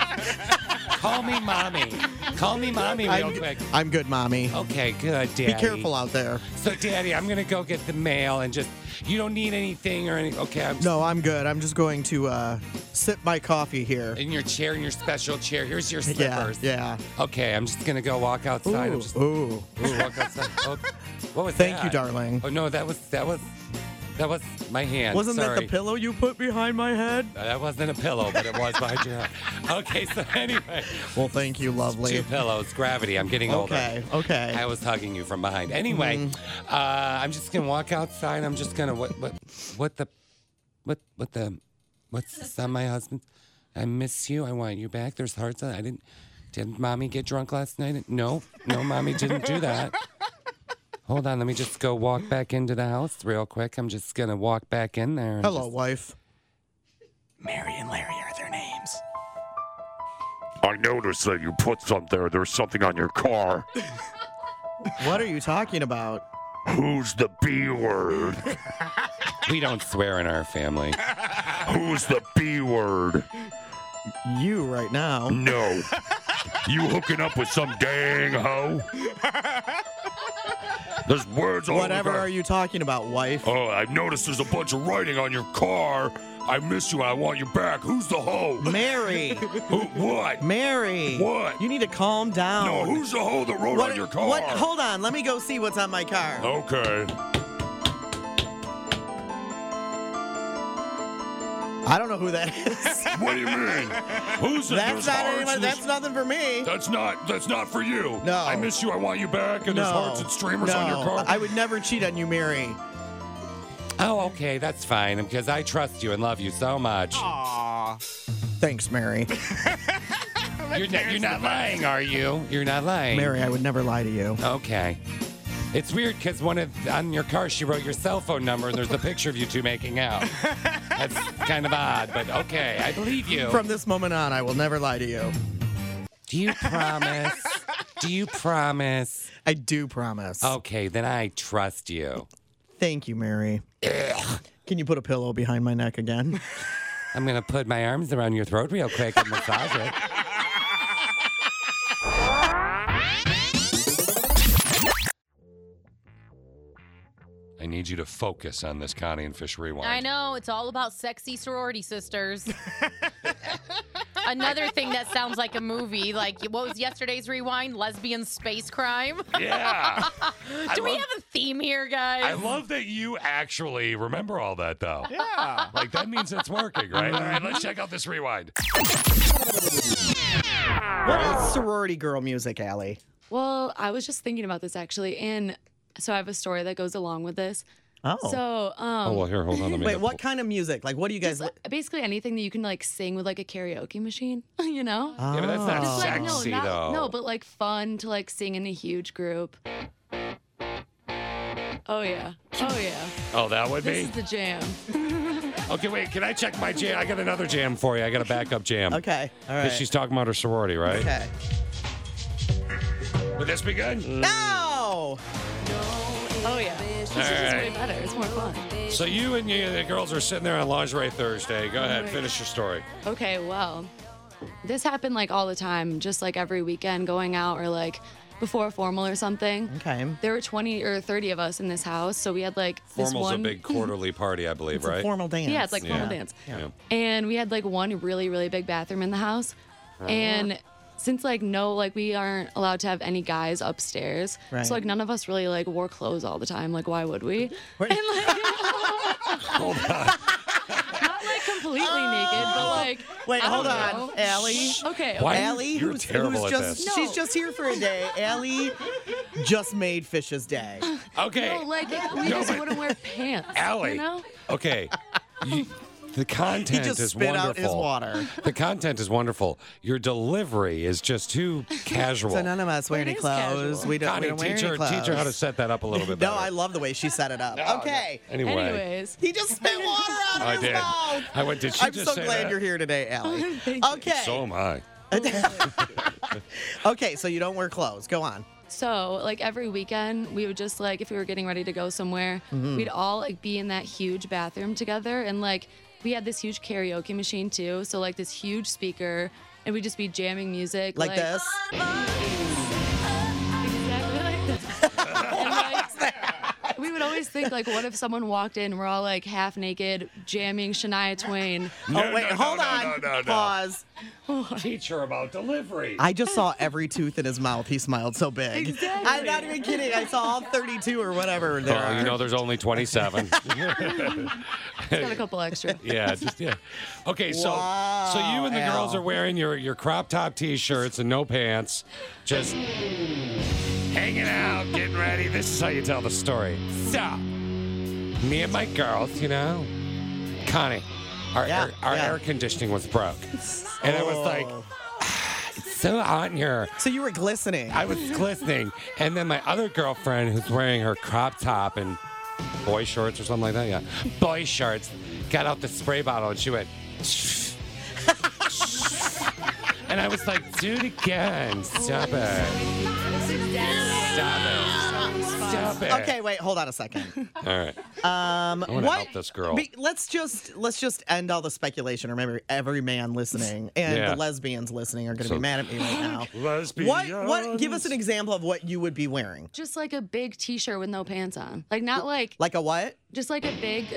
[SPEAKER 7] Call me mommy. Call me mommy real
[SPEAKER 9] I'm,
[SPEAKER 7] quick.
[SPEAKER 9] I'm good, mommy.
[SPEAKER 7] Okay, good,
[SPEAKER 9] Be
[SPEAKER 7] Daddy.
[SPEAKER 9] careful out there.
[SPEAKER 7] So, Daddy, I'm gonna go get the mail and just. You don't need anything or any. Okay, I'm
[SPEAKER 9] No, I'm good. I'm just going to uh, sip my coffee here.
[SPEAKER 7] in your chair in your special chair. Here's your
[SPEAKER 9] Yeah,
[SPEAKER 7] slippers.
[SPEAKER 9] yeah.
[SPEAKER 7] Okay, I'm just gonna go walk outside. I'm
[SPEAKER 9] Ooh,
[SPEAKER 7] just
[SPEAKER 9] ooh.
[SPEAKER 7] ooh, walk outside. Oh, what was
[SPEAKER 9] Thank
[SPEAKER 7] that?
[SPEAKER 9] you, darling.
[SPEAKER 7] Oh no, that was that was that was my hand.
[SPEAKER 9] Wasn't that
[SPEAKER 7] Sorry.
[SPEAKER 9] the pillow you put behind my head?
[SPEAKER 7] (laughs)
[SPEAKER 12] Uh,
[SPEAKER 7] That wasn't a pillow, but it was behind your
[SPEAKER 12] (laughs)
[SPEAKER 9] (laughs)
[SPEAKER 7] head. Okay, so anyway.
[SPEAKER 9] Well, thank you, lovely.
[SPEAKER 7] Two pillows, gravity. I'm getting older.
[SPEAKER 9] Okay, okay.
[SPEAKER 7] I was hugging you from behind. Anyway, uh, I'm just gonna walk outside. I'm just gonna what what what the what what the what's this on my husband? I miss you. I want you back. There's hearts. on- I didn't. Did mommy get drunk last night? No, no, mommy didn't do that. Hold on, let me just go walk back into the house real quick. I'm just gonna walk back in there. and
[SPEAKER 9] Hello, wife.
[SPEAKER 8] Mary and Larry are their names.
[SPEAKER 12] I noticed that you put something there. There's something on your car.
[SPEAKER 9] What are you talking about?
[SPEAKER 12] Who's the B word?
[SPEAKER 7] we don't swear in our family.
[SPEAKER 12] Who's the B word?
[SPEAKER 9] You right now.
[SPEAKER 12] No. You hooking up with some dang hoe? There's words all
[SPEAKER 9] Whatever
[SPEAKER 12] over.
[SPEAKER 9] are you talking about, wife?
[SPEAKER 12] Oh, I noticed there's a bunch of writing on your car. I miss you. I want you back. Who's the hoe?
[SPEAKER 9] Mary.
[SPEAKER 12] (laughs) Who? What?
[SPEAKER 9] Mary.
[SPEAKER 12] Oh. What?
[SPEAKER 9] You need to calm down.
[SPEAKER 12] No, who's the hoe that wrote
[SPEAKER 9] What-
[SPEAKER 12] on your car? Oh.
[SPEAKER 9] What? Hold on. Let me go see what's on my car.
[SPEAKER 12] Okay.
[SPEAKER 9] I don't know who that
[SPEAKER 12] (laughs)
[SPEAKER 9] is.
[SPEAKER 12] What do you mean? Who's the
[SPEAKER 9] that's
[SPEAKER 12] there's
[SPEAKER 9] not
[SPEAKER 12] hearts
[SPEAKER 9] anyone.
[SPEAKER 12] and there's-
[SPEAKER 9] That's nothing for me.
[SPEAKER 12] That's not. That's not for you.
[SPEAKER 9] No.
[SPEAKER 12] I miss you. I want you back. And there's
[SPEAKER 9] No.
[SPEAKER 12] hearts and streamers
[SPEAKER 9] no.
[SPEAKER 12] on your car.
[SPEAKER 9] I would never cheat on you, Mary.
[SPEAKER 7] Oh, okay, that's fine because I trust you and love you so much.
[SPEAKER 12] Oh,
[SPEAKER 8] Aww.
[SPEAKER 9] Thanks, Mary.
[SPEAKER 7] You're not, you're not lying, are you? You're not lying.
[SPEAKER 9] Mary, I would never lie to you.
[SPEAKER 7] Okay. It's weird because one of on your car she wrote your cell phone number and there's a picture of you two making
[SPEAKER 12] (laughs)
[SPEAKER 7] out. That's kind of odd, but okay, I believe you.
[SPEAKER 9] From this moment on, I will never lie to you.
[SPEAKER 7] Do you promise? do you promise?
[SPEAKER 9] I do promise.
[SPEAKER 12] Oh.
[SPEAKER 7] Okay, then I trust you.
[SPEAKER 9] Thank you, Mary. Can you put a pillow behind my
[SPEAKER 12] (laughs)
[SPEAKER 9] neck again?
[SPEAKER 7] I'm gonna put my arms around your throat real quick and massage it. I need you to focus on this Connie and Fish rewind.
[SPEAKER 6] I know it's all about sexy sorority sisters.
[SPEAKER 7] (laughs)
[SPEAKER 6] Another thing that sounds like a movie, like what was yesterday's rewind? Lesbian space crime.
[SPEAKER 7] Yeah.
[SPEAKER 6] Do
[SPEAKER 7] I
[SPEAKER 6] we
[SPEAKER 7] love-
[SPEAKER 6] have a theme here,
[SPEAKER 10] (laughs)
[SPEAKER 6] guys?
[SPEAKER 7] I love that you actually remember all that though.
[SPEAKER 6] Yeah.
[SPEAKER 7] Like that means it's working, right? All right, let's check out this rewind.
[SPEAKER 9] What is sorority girl music, Allie?
[SPEAKER 10] (laughs) Well, I was just thinking about this actually, and so I have a story that goes along with this.
[SPEAKER 9] Oh.
[SPEAKER 10] So, um,
[SPEAKER 7] hold on a
[SPEAKER 9] Wait,
[SPEAKER 7] minute.
[SPEAKER 9] what kind of music? Like, what do you guys?
[SPEAKER 10] just, like, basically anything that you can like sing with like a karaoke machine, (laughs) you know?
[SPEAKER 7] Yeah, but that's not
[SPEAKER 10] Just, like,
[SPEAKER 7] sexy
[SPEAKER 10] no, not-
[SPEAKER 7] though.
[SPEAKER 10] No, but like fun to like sing in a huge group. Oh yeah. Oh yeah.
[SPEAKER 7] Oh, that would
[SPEAKER 10] this is
[SPEAKER 7] be.
[SPEAKER 10] the jam.
[SPEAKER 7] Okay, wait. Can I check my jam? I got another jam for you. I got a backup jam.
[SPEAKER 9] oh, Okay, all right.
[SPEAKER 7] She's talking about her sorority, right?
[SPEAKER 9] Okay.
[SPEAKER 7] Would this be good?
[SPEAKER 9] No.
[SPEAKER 10] Oh yeah. This is just way
[SPEAKER 7] right.
[SPEAKER 10] better. It's more fun.
[SPEAKER 7] So you and you, the girls are sitting there on lingerie Thursday. Go ahead, finish your story.
[SPEAKER 10] Okay, well, this happened like all the time, just like every weekend going out or like before a formal or something.
[SPEAKER 9] Okay.
[SPEAKER 10] There were 20 or 30 of us in this house, so we had like this
[SPEAKER 7] Formal's a
[SPEAKER 10] one
[SPEAKER 7] big quarterly party, I believe,
[SPEAKER 10] It's a
[SPEAKER 7] right?
[SPEAKER 10] formal dance. Yeah, it's like formal dance.
[SPEAKER 7] Yeah.
[SPEAKER 10] and we had like one really really big bathroom in the house.
[SPEAKER 7] Uh-huh.
[SPEAKER 10] And since like no like we aren't allowed to have any guys upstairs.
[SPEAKER 7] Right.
[SPEAKER 10] So like none of us really like wore clothes all the time. Like why would we? (laughs)
[SPEAKER 7] Hold on. Oh.
[SPEAKER 10] Not like completely naked, but like
[SPEAKER 9] Wait,
[SPEAKER 10] I
[SPEAKER 9] hold
[SPEAKER 10] don't
[SPEAKER 9] on,
[SPEAKER 10] know.
[SPEAKER 9] Allie.
[SPEAKER 10] Okay. okay.
[SPEAKER 9] Allie,
[SPEAKER 7] You're
[SPEAKER 9] who's,
[SPEAKER 7] terrible
[SPEAKER 9] who's
[SPEAKER 7] at
[SPEAKER 9] just
[SPEAKER 7] this.
[SPEAKER 9] she's just here for a day.
[SPEAKER 10] (laughs)
[SPEAKER 9] Allie just made Fish's day.
[SPEAKER 7] Okay.
[SPEAKER 10] No, like we
[SPEAKER 7] No,
[SPEAKER 10] just
[SPEAKER 7] but-
[SPEAKER 10] wouldn't wear pants.
[SPEAKER 7] Allie.
[SPEAKER 10] You know?
[SPEAKER 9] (laughs)
[SPEAKER 7] Okay. You- the content
[SPEAKER 9] just
[SPEAKER 7] is
[SPEAKER 9] spit
[SPEAKER 7] wonderful.
[SPEAKER 9] out his water.
[SPEAKER 7] The content is wonderful. Your delivery is just
[SPEAKER 9] (laughs)
[SPEAKER 7] too casual.
[SPEAKER 9] So none of us wear any clothes. We don't,
[SPEAKER 7] Connie,
[SPEAKER 9] we don't wear
[SPEAKER 7] teach, her,
[SPEAKER 9] any clothes.
[SPEAKER 7] teach her how to set that up a little bit
[SPEAKER 9] (laughs)
[SPEAKER 7] better.
[SPEAKER 9] no, I love the way she set it up. okay.
[SPEAKER 7] Anyway.
[SPEAKER 10] Anyways.
[SPEAKER 9] He just spit
[SPEAKER 10] (laughs)
[SPEAKER 9] water out of
[SPEAKER 7] I
[SPEAKER 9] his
[SPEAKER 7] did.
[SPEAKER 9] mouth.
[SPEAKER 7] I went, did she
[SPEAKER 9] I'm
[SPEAKER 7] just
[SPEAKER 9] so
[SPEAKER 7] say
[SPEAKER 9] glad
[SPEAKER 7] that?
[SPEAKER 9] you're here today,
[SPEAKER 10] (laughs)
[SPEAKER 9] Allie. okay.
[SPEAKER 7] So am I.
[SPEAKER 9] okay, so you don't wear clothes. Go on.
[SPEAKER 10] So like every weekend, we would just like if we were getting ready to go somewhere,
[SPEAKER 9] Mhm.
[SPEAKER 10] we'd all like be in that huge bathroom together, and like we had this huge karaoke machine too. So like this huge speaker, and we'd just be jamming music
[SPEAKER 9] Like this?
[SPEAKER 10] Exactly like this.
[SPEAKER 9] (laughs)
[SPEAKER 10] And, like, we would always think like, what if someone walked in? We're all like half naked, jamming Shania Twain.
[SPEAKER 7] No,
[SPEAKER 9] oh, wait,
[SPEAKER 7] no,
[SPEAKER 9] hold
[SPEAKER 7] no, no,
[SPEAKER 9] on.
[SPEAKER 7] no, no, no.
[SPEAKER 9] Pause.
[SPEAKER 7] Teach her about delivery.
[SPEAKER 9] I just saw every tooth in his mouth. He smiled so big.
[SPEAKER 10] Exactly.
[SPEAKER 9] I'm not even kidding. I saw all 32 or whatever there
[SPEAKER 7] Well,
[SPEAKER 9] are.
[SPEAKER 7] Oh, you know, there's only 27.
[SPEAKER 10] It's got a couple extra.
[SPEAKER 7] yeah, just yeah. Okay, so so you and the
[SPEAKER 9] Wow,
[SPEAKER 7] girls
[SPEAKER 9] Al.
[SPEAKER 7] are wearing your your crop top t-shirts and no pants, just hanging out, getting ready. This is how you tell the story. So, me and my girls, you know, Connie, our
[SPEAKER 9] Yeah,
[SPEAKER 7] air, our
[SPEAKER 9] yeah. Oh.
[SPEAKER 7] air conditioning was broke, and I was like, "Ah, it's so hot in here.
[SPEAKER 9] So you were glistening.
[SPEAKER 7] I was glistening. And then my other girlfriend, who's wearing her crop top and boy shorts or something like that, yeah, boy shorts, got out the spray bottle and she went, (laughs) and I was like, do it again. Stop it. Stop it. Stop it.
[SPEAKER 9] Okay, wait, hold on a second.
[SPEAKER 7] All right. (laughs)
[SPEAKER 9] Um,
[SPEAKER 7] I wanna
[SPEAKER 9] what?
[SPEAKER 7] help this girl.
[SPEAKER 9] Be- let's just let's just end all the speculation. Remember, every man
[SPEAKER 7] (laughs)
[SPEAKER 9] listening and
[SPEAKER 7] Yeah.
[SPEAKER 9] the lesbians listening are going to
[SPEAKER 7] So-
[SPEAKER 9] be mad at me right now.
[SPEAKER 7] Lesbian.
[SPEAKER 9] What? What? Give us an example of what you would be wearing.
[SPEAKER 10] Just like a big T-shirt with no pants on. Like not like
[SPEAKER 9] Like a what?
[SPEAKER 10] just like a big,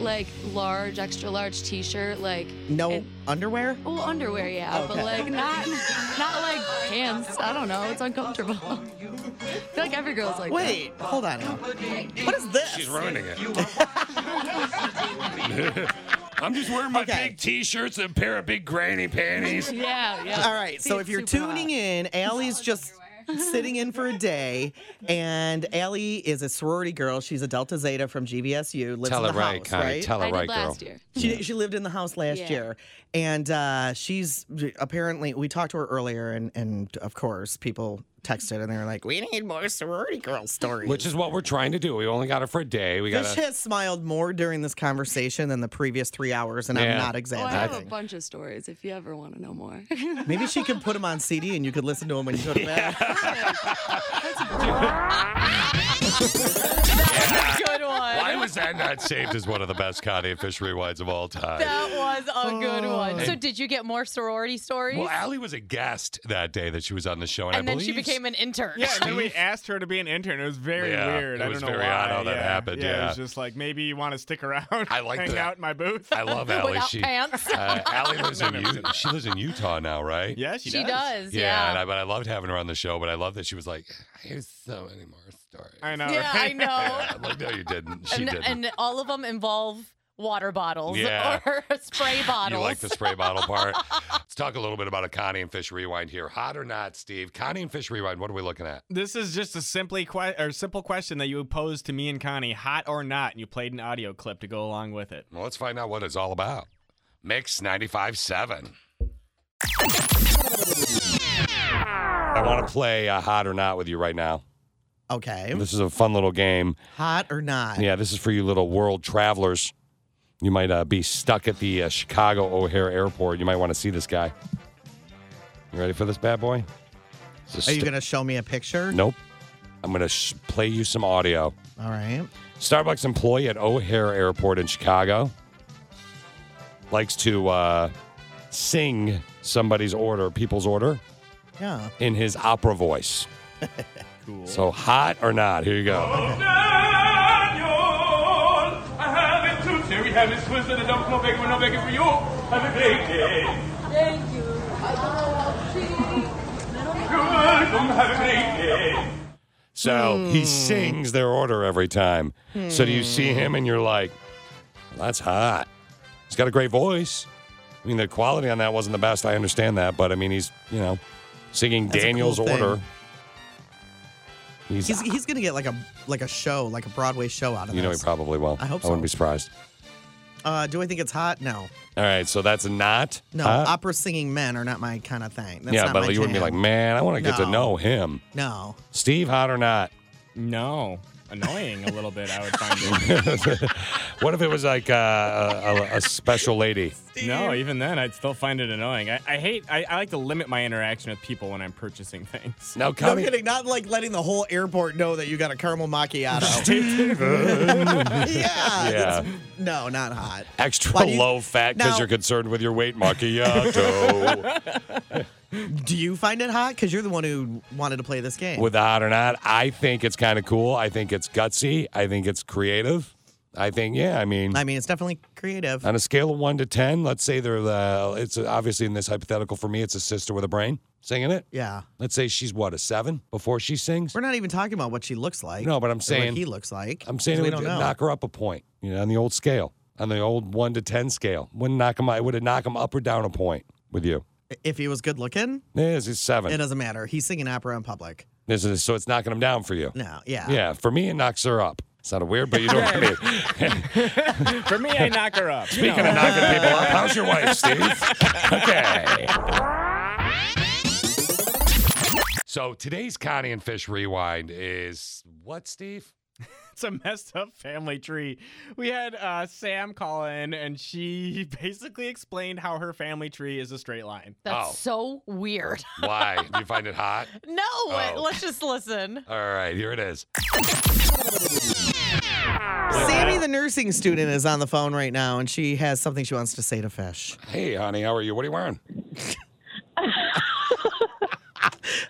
[SPEAKER 10] like large, extra large T-shirt, like
[SPEAKER 9] No underwear.
[SPEAKER 10] oh underwear, yeah,
[SPEAKER 9] Okay.
[SPEAKER 10] but like not not like pants. I don't know, it's uncomfortable. I feel like every girl's like.
[SPEAKER 9] Wait, hold on. Now. What is this?
[SPEAKER 7] She's ruining
[SPEAKER 9] (laughs)
[SPEAKER 7] it. (laughs) I'm just wearing my big t-shirts and a pair of big granny panties.
[SPEAKER 10] Yeah, yeah.
[SPEAKER 9] All right. So
[SPEAKER 10] See,
[SPEAKER 9] if you're
[SPEAKER 10] it's super
[SPEAKER 9] tuning
[SPEAKER 10] hot.
[SPEAKER 9] in, Allie's just
[SPEAKER 10] (laughs)
[SPEAKER 9] sitting in for a day, and Allie is a sorority girl. She's a Delta Zeta from GVSU. Lives
[SPEAKER 7] Tell
[SPEAKER 9] in
[SPEAKER 7] it
[SPEAKER 9] the
[SPEAKER 7] right,
[SPEAKER 9] house,
[SPEAKER 7] Connie.
[SPEAKER 9] right?
[SPEAKER 7] Tell it
[SPEAKER 10] I did
[SPEAKER 7] right, girl.
[SPEAKER 10] last year.
[SPEAKER 9] She, she lived in the house last
[SPEAKER 10] Yeah.
[SPEAKER 9] year, and uh, she's apparently. We talked to her earlier, and and of course, people texted and they were like, "We need more sorority girl
[SPEAKER 7] (laughs)
[SPEAKER 9] stories."
[SPEAKER 7] Which is what we're trying to do. We only got it for a day. We
[SPEAKER 9] Fish
[SPEAKER 7] got
[SPEAKER 9] has smiled more during this conversation than the previous three hours, and
[SPEAKER 7] Yeah.
[SPEAKER 9] I'm
[SPEAKER 10] Oh, I have
[SPEAKER 9] not
[SPEAKER 10] a
[SPEAKER 9] exaggerating.
[SPEAKER 10] bunch of stories if you ever want to know more.
[SPEAKER 9] Maybe she can put them on CD and you could listen to them when you go to bed.
[SPEAKER 7] (laughs) (laughs)
[SPEAKER 6] Good one.
[SPEAKER 7] Why was that not saved as one of the best Connie and Fish rewinds of all time?
[SPEAKER 6] That was a good one. So,
[SPEAKER 7] And-
[SPEAKER 6] did you get more sorority stories?
[SPEAKER 7] Oh. Well, Allie was a guest that day that she was on the show, and,
[SPEAKER 6] and
[SPEAKER 7] I
[SPEAKER 6] then
[SPEAKER 7] believe
[SPEAKER 6] she became an intern.
[SPEAKER 8] Yeah, and then we asked her to be an intern. It was very
[SPEAKER 7] Yeah,
[SPEAKER 8] weird.
[SPEAKER 7] it
[SPEAKER 8] I
[SPEAKER 7] was
[SPEAKER 8] don't know
[SPEAKER 7] very
[SPEAKER 8] why.
[SPEAKER 7] odd how that
[SPEAKER 8] yeah.
[SPEAKER 7] happened,
[SPEAKER 8] it
[SPEAKER 7] yeah.
[SPEAKER 8] was just like maybe you want to stick around.
[SPEAKER 7] I like
[SPEAKER 8] hang
[SPEAKER 7] that.
[SPEAKER 8] out in my booth.
[SPEAKER 7] (laughs) I love Allie.
[SPEAKER 6] (laughs) Without
[SPEAKER 7] she,
[SPEAKER 6] pants.
[SPEAKER 7] Uh, Allie lives in Utah. She lives in Utah now, right?
[SPEAKER 8] (laughs) Yeah,
[SPEAKER 6] (laughs) She does,
[SPEAKER 7] Yeah,
[SPEAKER 6] yeah.
[SPEAKER 7] and I, but I loved having her on the show. But I love that she was like, "Here's so many more stories."
[SPEAKER 8] I know.
[SPEAKER 6] Yeah,
[SPEAKER 7] (laughs)
[SPEAKER 6] I know.
[SPEAKER 7] I'm like, no, you didn't. She
[SPEAKER 6] and,
[SPEAKER 7] didn't.
[SPEAKER 6] and all of them involve water bottles
[SPEAKER 7] Yeah.
[SPEAKER 6] (laughs) or spray bottles.
[SPEAKER 7] You like the spray bottle part. Let's talk a little bit about a Connie and Fish rewind here. Hot or not, Steve? Connie and Fish rewind. What are we looking at?
[SPEAKER 8] This is just a simply que- or simple question that you posed to me and Connie, hot or not, and you played an audio clip to go along with it.
[SPEAKER 7] Well, let's find out what it's all about. Mix 95.7. I want to play uh, Hot or Not with you right now.
[SPEAKER 9] Okay.
[SPEAKER 7] This is a fun little game.
[SPEAKER 9] Hot or not?
[SPEAKER 7] Yeah, this is for you little world travelers. You might uh, be stuck at the uh, Chicago O'Hare Airport. You might want to see this guy. You ready for this bad boy?
[SPEAKER 9] Are you gonna show me a picture?
[SPEAKER 7] Nope. I'm going to sh- play you some audio.
[SPEAKER 9] All right.
[SPEAKER 7] Starbucks employee at O'Hare Airport in Chicago likes to uh, sing somebody's order, people's order,
[SPEAKER 9] Yeah.
[SPEAKER 7] in his opera voice. cool. So hot or not? Here you go.
[SPEAKER 17] I have it too. Here we have this Swiss and a dump, no bacon, no bacon for you. Have a great day.
[SPEAKER 1] Thank you.
[SPEAKER 17] Welcome, have a great day.
[SPEAKER 7] So he
[SPEAKER 9] Hmm.
[SPEAKER 7] sings their order every time. So do you see him and you're like, "Well, that's hot. He's got a great voice. I mean, the quality on that wasn't the best. I understand that, but I mean, he's you know singing
[SPEAKER 9] That's a cool
[SPEAKER 7] Daniel's
[SPEAKER 9] thing.
[SPEAKER 7] order. He's,
[SPEAKER 9] He's he's gonna get like a like a show, like a Broadway show out of
[SPEAKER 7] you know he
[SPEAKER 9] this.
[SPEAKER 7] probably will.
[SPEAKER 9] I hope
[SPEAKER 7] I wouldn't
[SPEAKER 9] so.
[SPEAKER 7] be surprised.
[SPEAKER 9] uh, do I think it's hot? No.
[SPEAKER 7] All right, so that's not
[SPEAKER 9] No.
[SPEAKER 7] hot?
[SPEAKER 9] Opera singing men are not my kind of thing. That's
[SPEAKER 7] yeah,
[SPEAKER 9] not
[SPEAKER 7] but
[SPEAKER 9] my
[SPEAKER 7] you wouldn't be
[SPEAKER 9] jam.
[SPEAKER 7] like, man, I want to get to
[SPEAKER 9] No.
[SPEAKER 7] know him.
[SPEAKER 9] No.
[SPEAKER 7] Steve, hot or not?
[SPEAKER 8] No, annoying a little bit. I would find it. (laughs)
[SPEAKER 7] what if it was like uh, a, a, a special lady?
[SPEAKER 8] No, even then, I'd still find it annoying. I, I hate. I, I like to limit my interaction with people when I'm purchasing things. (laughs)
[SPEAKER 7] Now,
[SPEAKER 9] No kidding. Not like letting the whole airport know that you got a
[SPEAKER 7] (laughs)
[SPEAKER 9] caramel macchiato. (laughs) yeah.
[SPEAKER 7] Yeah.
[SPEAKER 9] it's- No, not hot. Why
[SPEAKER 7] Extra
[SPEAKER 9] do you-
[SPEAKER 7] low fat because
[SPEAKER 9] Now-
[SPEAKER 7] you're concerned with your weight macchiato.
[SPEAKER 9] (laughs) Do you find it hot? Because you're the one who wanted to play this game.
[SPEAKER 7] with the hot or not, I think it's kind of cool. I think it's gutsy. I think it's creative. I think, yeah, I mean,
[SPEAKER 9] I mean, it's definitely creative.
[SPEAKER 7] on a scale of one to 10, let's say they're, uh, it's obviously in this hypothetical for me, it's a sister with a brain singing it.
[SPEAKER 9] Yeah.
[SPEAKER 7] Let's say she's what, a seven before she sings?
[SPEAKER 9] We're not even talking about what she looks like.
[SPEAKER 7] No, but I'm
[SPEAKER 9] or
[SPEAKER 7] saying-
[SPEAKER 9] what he looks like.
[SPEAKER 7] I'm saying
[SPEAKER 9] 'cause
[SPEAKER 7] it
[SPEAKER 9] we
[SPEAKER 7] would
[SPEAKER 9] don't know.
[SPEAKER 7] knock her up a point, you know, on the old scale, on the old one to ten scale. Wouldn't knock him. It would have knocked him up or down a point with you.
[SPEAKER 9] if he was good looking,
[SPEAKER 7] Yeah, it's a seven.
[SPEAKER 9] it doesn't matter. He's singing opera in public.
[SPEAKER 7] This is- so it's knocking him down for you.
[SPEAKER 9] No, yeah.
[SPEAKER 7] Yeah, for me it knocks her up. It's not a weird, but you know what I mean.
[SPEAKER 8] For me, I knock her up.
[SPEAKER 7] Speaking of knocking
[SPEAKER 8] (laughs)
[SPEAKER 7] people up, how's your wife, Steve? okay. So today's Connie and Fish rewind is what, Steve?
[SPEAKER 8] It's a messed up family tree. We had uh, Sam call in, and she (laughs) basically explained how her family tree is a straight line.
[SPEAKER 7] Oh.
[SPEAKER 6] That's so weird.
[SPEAKER 7] Why? Do you find it hot?
[SPEAKER 6] No,
[SPEAKER 7] Oh.
[SPEAKER 6] let's just listen.
[SPEAKER 7] (laughs) All right, here it is.
[SPEAKER 9] Sammy, the nursing student, is on the phone right now, and she has something she wants to say to Fish.
[SPEAKER 7] Hey, honey, how are you? What are you wearing?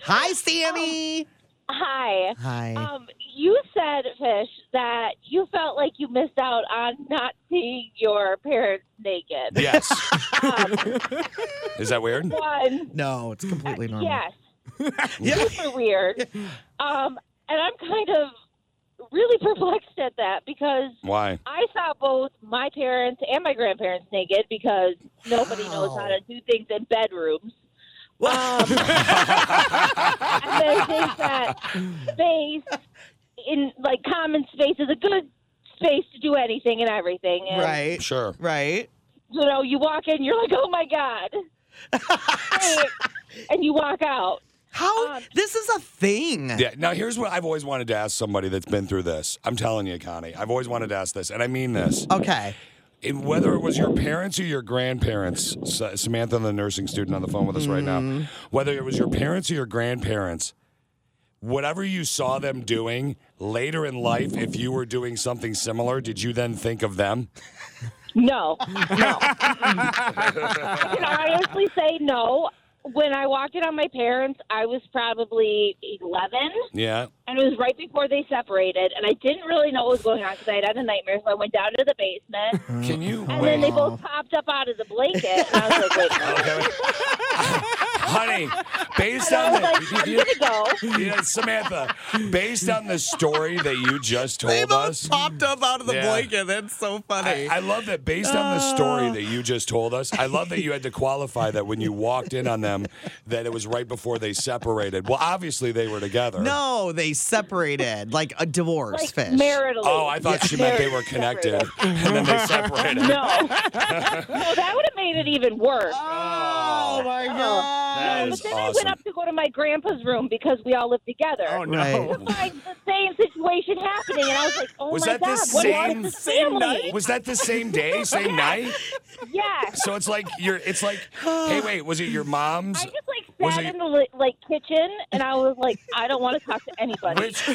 [SPEAKER 9] Hi, Sammy.
[SPEAKER 18] Hi.
[SPEAKER 9] Hi.
[SPEAKER 18] Um, you said, Fish, that you felt like you missed out on not seeing your parents naked.
[SPEAKER 9] (laughs)
[SPEAKER 18] Um,
[SPEAKER 7] Yes. is that weird?
[SPEAKER 18] One, uh,
[SPEAKER 9] No, it's completely normal.
[SPEAKER 18] yes.
[SPEAKER 9] (laughs)
[SPEAKER 18] Super weird. Um, and I'm kind of really (laughs) perplexed at that because
[SPEAKER 7] Why?
[SPEAKER 18] I saw both my parents and my grandparents naked because nobody knows how to do things in bedrooms. Um, and they think that space in like common space is a good space to do anything and everything. And,
[SPEAKER 9] (laughs) Right.
[SPEAKER 7] Sure.
[SPEAKER 9] Right.
[SPEAKER 18] You know, you walk in, you're like, oh my god, Great. and you walk out.
[SPEAKER 9] How? This is a thing.
[SPEAKER 7] Yeah. Now, here's what I've always wanted to ask somebody that's been through this. I'm telling you, Connie, I've always wanted to ask this, and I mean this.
[SPEAKER 9] Okay.
[SPEAKER 7] And whether it was your parents or your grandparents, Sa- Samantha, the nursing student on the phone with us right now, whether it was your parents or your grandparents, whatever you saw them doing later in life, if you were doing something similar, did you then think of them?
[SPEAKER 18] No, no. I can honestly say no. When I walked in on my parents, I was probably 11.
[SPEAKER 7] Yeah.
[SPEAKER 18] And it was right before they separated, and I didn't really know what was going on because I had had a nightmare. So I went down to the basement,
[SPEAKER 7] Can you?
[SPEAKER 18] and then they both popped up out of the blanket, and I was
[SPEAKER 7] (laughs)
[SPEAKER 18] like, "Wait, no."
[SPEAKER 7] honey, based
[SPEAKER 18] And I
[SPEAKER 7] on the
[SPEAKER 18] was like, I'm (laughs)
[SPEAKER 7] go. Yeah, Samantha, based on the story that you just told us,
[SPEAKER 9] popped up out of the
[SPEAKER 7] Yeah.
[SPEAKER 9] blanket. That's so funny. Oh.
[SPEAKER 7] I, I love that. Based on the story that you just told us, I love that you had to qualify that when you walked in on them, that it was right before they separated. Well, obviously they were together.
[SPEAKER 9] No, they separated like a divorce
[SPEAKER 18] Like
[SPEAKER 9] fish.
[SPEAKER 18] maritally.
[SPEAKER 7] Oh, I thought she meant they
[SPEAKER 9] (laughs)
[SPEAKER 7] were connected, and then they separated.
[SPEAKER 18] (laughs) No. no, that would have made it even worse.
[SPEAKER 9] Oh my
[SPEAKER 18] god!
[SPEAKER 7] That is
[SPEAKER 18] but then I
[SPEAKER 7] awesome.
[SPEAKER 18] went up to go to my grandpa's room because we all lived together. (laughs) Oh
[SPEAKER 7] no. Right.
[SPEAKER 18] the same situation happening, and I was like, "Oh
[SPEAKER 7] was
[SPEAKER 18] my
[SPEAKER 7] that
[SPEAKER 18] god!"
[SPEAKER 7] the
[SPEAKER 18] what is
[SPEAKER 7] same,
[SPEAKER 18] with this family?
[SPEAKER 7] (laughs) Was that the same day, same night?
[SPEAKER 18] Yeah.
[SPEAKER 7] So it's like you're. It's like, hey, wait, was it your mom's?
[SPEAKER 18] Sat
[SPEAKER 7] was it
[SPEAKER 18] in the li- like kitchen, and I was like, "I don't want to talk to anybody."
[SPEAKER 7] Which-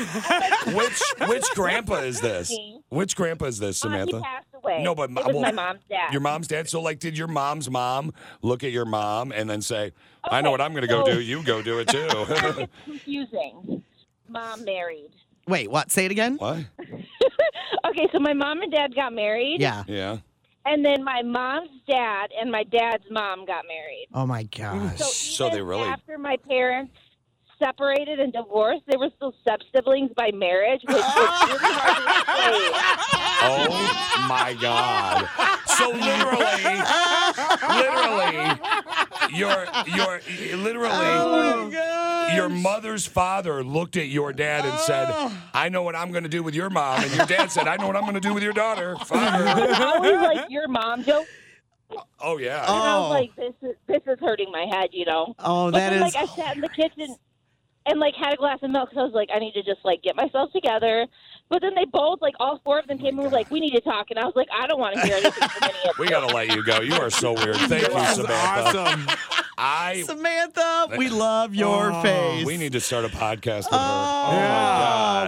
[SPEAKER 7] which which grandpa is this? Which grandpa is
[SPEAKER 9] Uh,
[SPEAKER 7] this, Samantha?
[SPEAKER 18] passed away.
[SPEAKER 7] No, but
[SPEAKER 18] It
[SPEAKER 7] mo-
[SPEAKER 18] was
[SPEAKER 7] well,
[SPEAKER 18] my mom's dad.
[SPEAKER 7] Your mom's dad. So, like, did your mom's mom look at your mom and then say,
[SPEAKER 9] Oh.
[SPEAKER 7] "I know what I'm going to go
[SPEAKER 18] so-
[SPEAKER 7] do. You go do it (laughs) too."
[SPEAKER 18] Confusing. Mom married.
[SPEAKER 9] Wait, what? Say it again.
[SPEAKER 7] What?
[SPEAKER 18] Okay, so my mom and dad got married.
[SPEAKER 9] Yeah.
[SPEAKER 7] yeah.
[SPEAKER 18] And then my mom's dad and my dad's mom got married.
[SPEAKER 9] Oh my gosh.
[SPEAKER 18] So,
[SPEAKER 7] So they really.
[SPEAKER 18] After my parents separated and divorced, they were still step siblings by marriage, which was really hard
[SPEAKER 7] Oh my God. So literally, literally, your your literally Oh your mother's father looked at your dad and said, "I know what I'm going to do with your mom," and your dad said, "I know what I'm going to do with your daughter."
[SPEAKER 18] to
[SPEAKER 7] Fire.
[SPEAKER 18] say. Always like your mom joke.
[SPEAKER 7] Oh yeah.
[SPEAKER 18] And I was like, this is this is hurting my head, you know.
[SPEAKER 9] Oh,
[SPEAKER 18] but
[SPEAKER 9] that
[SPEAKER 18] then, like
[SPEAKER 9] is
[SPEAKER 18] I sat in the kitchen and like had a glass of milk because I was like, I need to just like get myself together. But then they both, like all four of them, came and were like, we need to talk, and I was like, I don't want to hear anything.
[SPEAKER 7] We gotta let you go. You are so weird. Thank you,
[SPEAKER 9] This is
[SPEAKER 7] Samantha. I
[SPEAKER 9] Samantha. We love your
[SPEAKER 7] Oh,
[SPEAKER 9] face.
[SPEAKER 7] We need to start a podcast with her. Oh,
[SPEAKER 9] Oh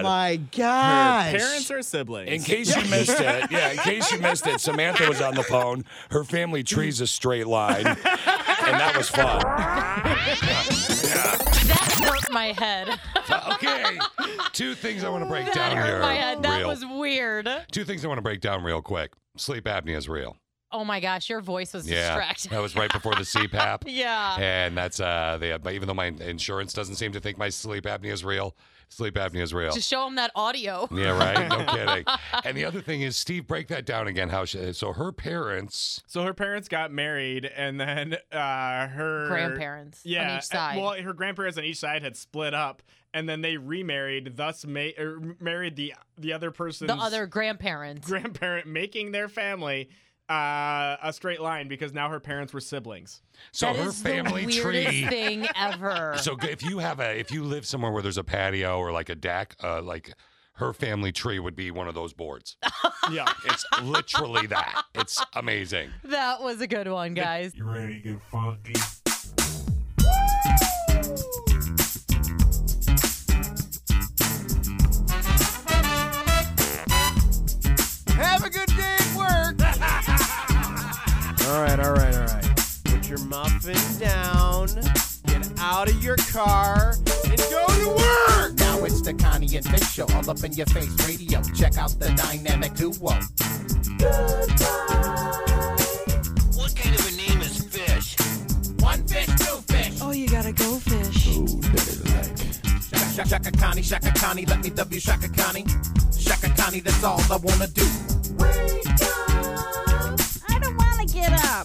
[SPEAKER 7] my god.
[SPEAKER 9] my gosh.
[SPEAKER 8] Parents or siblings?
[SPEAKER 7] In case you missed it, yeah, in case you missed it, Samantha was on the phone. Her family tree's a straight line. And that was fun.
[SPEAKER 6] That hurt my head.
[SPEAKER 12] (laughs)
[SPEAKER 7] Okay. Two things I want to break
[SPEAKER 6] That
[SPEAKER 7] down
[SPEAKER 6] hurt
[SPEAKER 7] here.
[SPEAKER 6] my head. That
[SPEAKER 7] real-
[SPEAKER 6] was weird.
[SPEAKER 12] Two things I want to break down real quick. Sleep apnea is real.
[SPEAKER 6] Oh my gosh, your voice was
[SPEAKER 12] yeah,
[SPEAKER 6] distracting.
[SPEAKER 12] that was right before the CPAP.
[SPEAKER 6] (laughs) Yeah.
[SPEAKER 12] and that's uh, they. But even though my insurance doesn't seem to think my sleep apnea is real, sleep apnea is real.
[SPEAKER 6] Just show them that audio.
[SPEAKER 12] yeah, right.
[SPEAKER 6] (laughs)
[SPEAKER 12] No kidding. And the other thing is, Steve, break that down again. How she, so her parents?
[SPEAKER 8] So her parents got married, and then uh, her
[SPEAKER 6] Grandparents on
[SPEAKER 8] yeah, eh,
[SPEAKER 6] each side.
[SPEAKER 8] Well, her grandparents on each side had split up, and then they remarried, thus ma- er, married the the other person's
[SPEAKER 6] the other
[SPEAKER 8] (laughs)
[SPEAKER 6] grandparents.
[SPEAKER 8] grandparent, making their family uh, a straight line because now her parents were siblings.
[SPEAKER 12] So
[SPEAKER 6] That
[SPEAKER 12] her
[SPEAKER 6] is
[SPEAKER 12] family
[SPEAKER 6] the weirdest
[SPEAKER 12] tree.
[SPEAKER 6] thing
[SPEAKER 7] (laughs)
[SPEAKER 6] ever.
[SPEAKER 12] So g- if you have a, if you live somewhere where there's a patio or like a deck, uh, like her family tree would be one of those boards.
[SPEAKER 8] Yeah.
[SPEAKER 12] It's literally that. It's amazing.
[SPEAKER 6] that was a good one, guys.
[SPEAKER 12] You ready to get funky?
[SPEAKER 1] Have a good day at work.
[SPEAKER 19] (laughs) All right, all right, all right. Put your muffin down, get out of your car, and go to work!
[SPEAKER 1] now it's the Connie and Big Show, all up in your face radio. Check out the dynamic duo.
[SPEAKER 5] What kind of a name is fish?
[SPEAKER 1] One fish, two fish.
[SPEAKER 10] Oh, you gotta go fish.
[SPEAKER 4] Shaka, shaka, shaka Connie, Shaka Connie, let me love you, Shaka Connie. Shaka Connie, that's all I wanna do.
[SPEAKER 1] I don't wanna get up.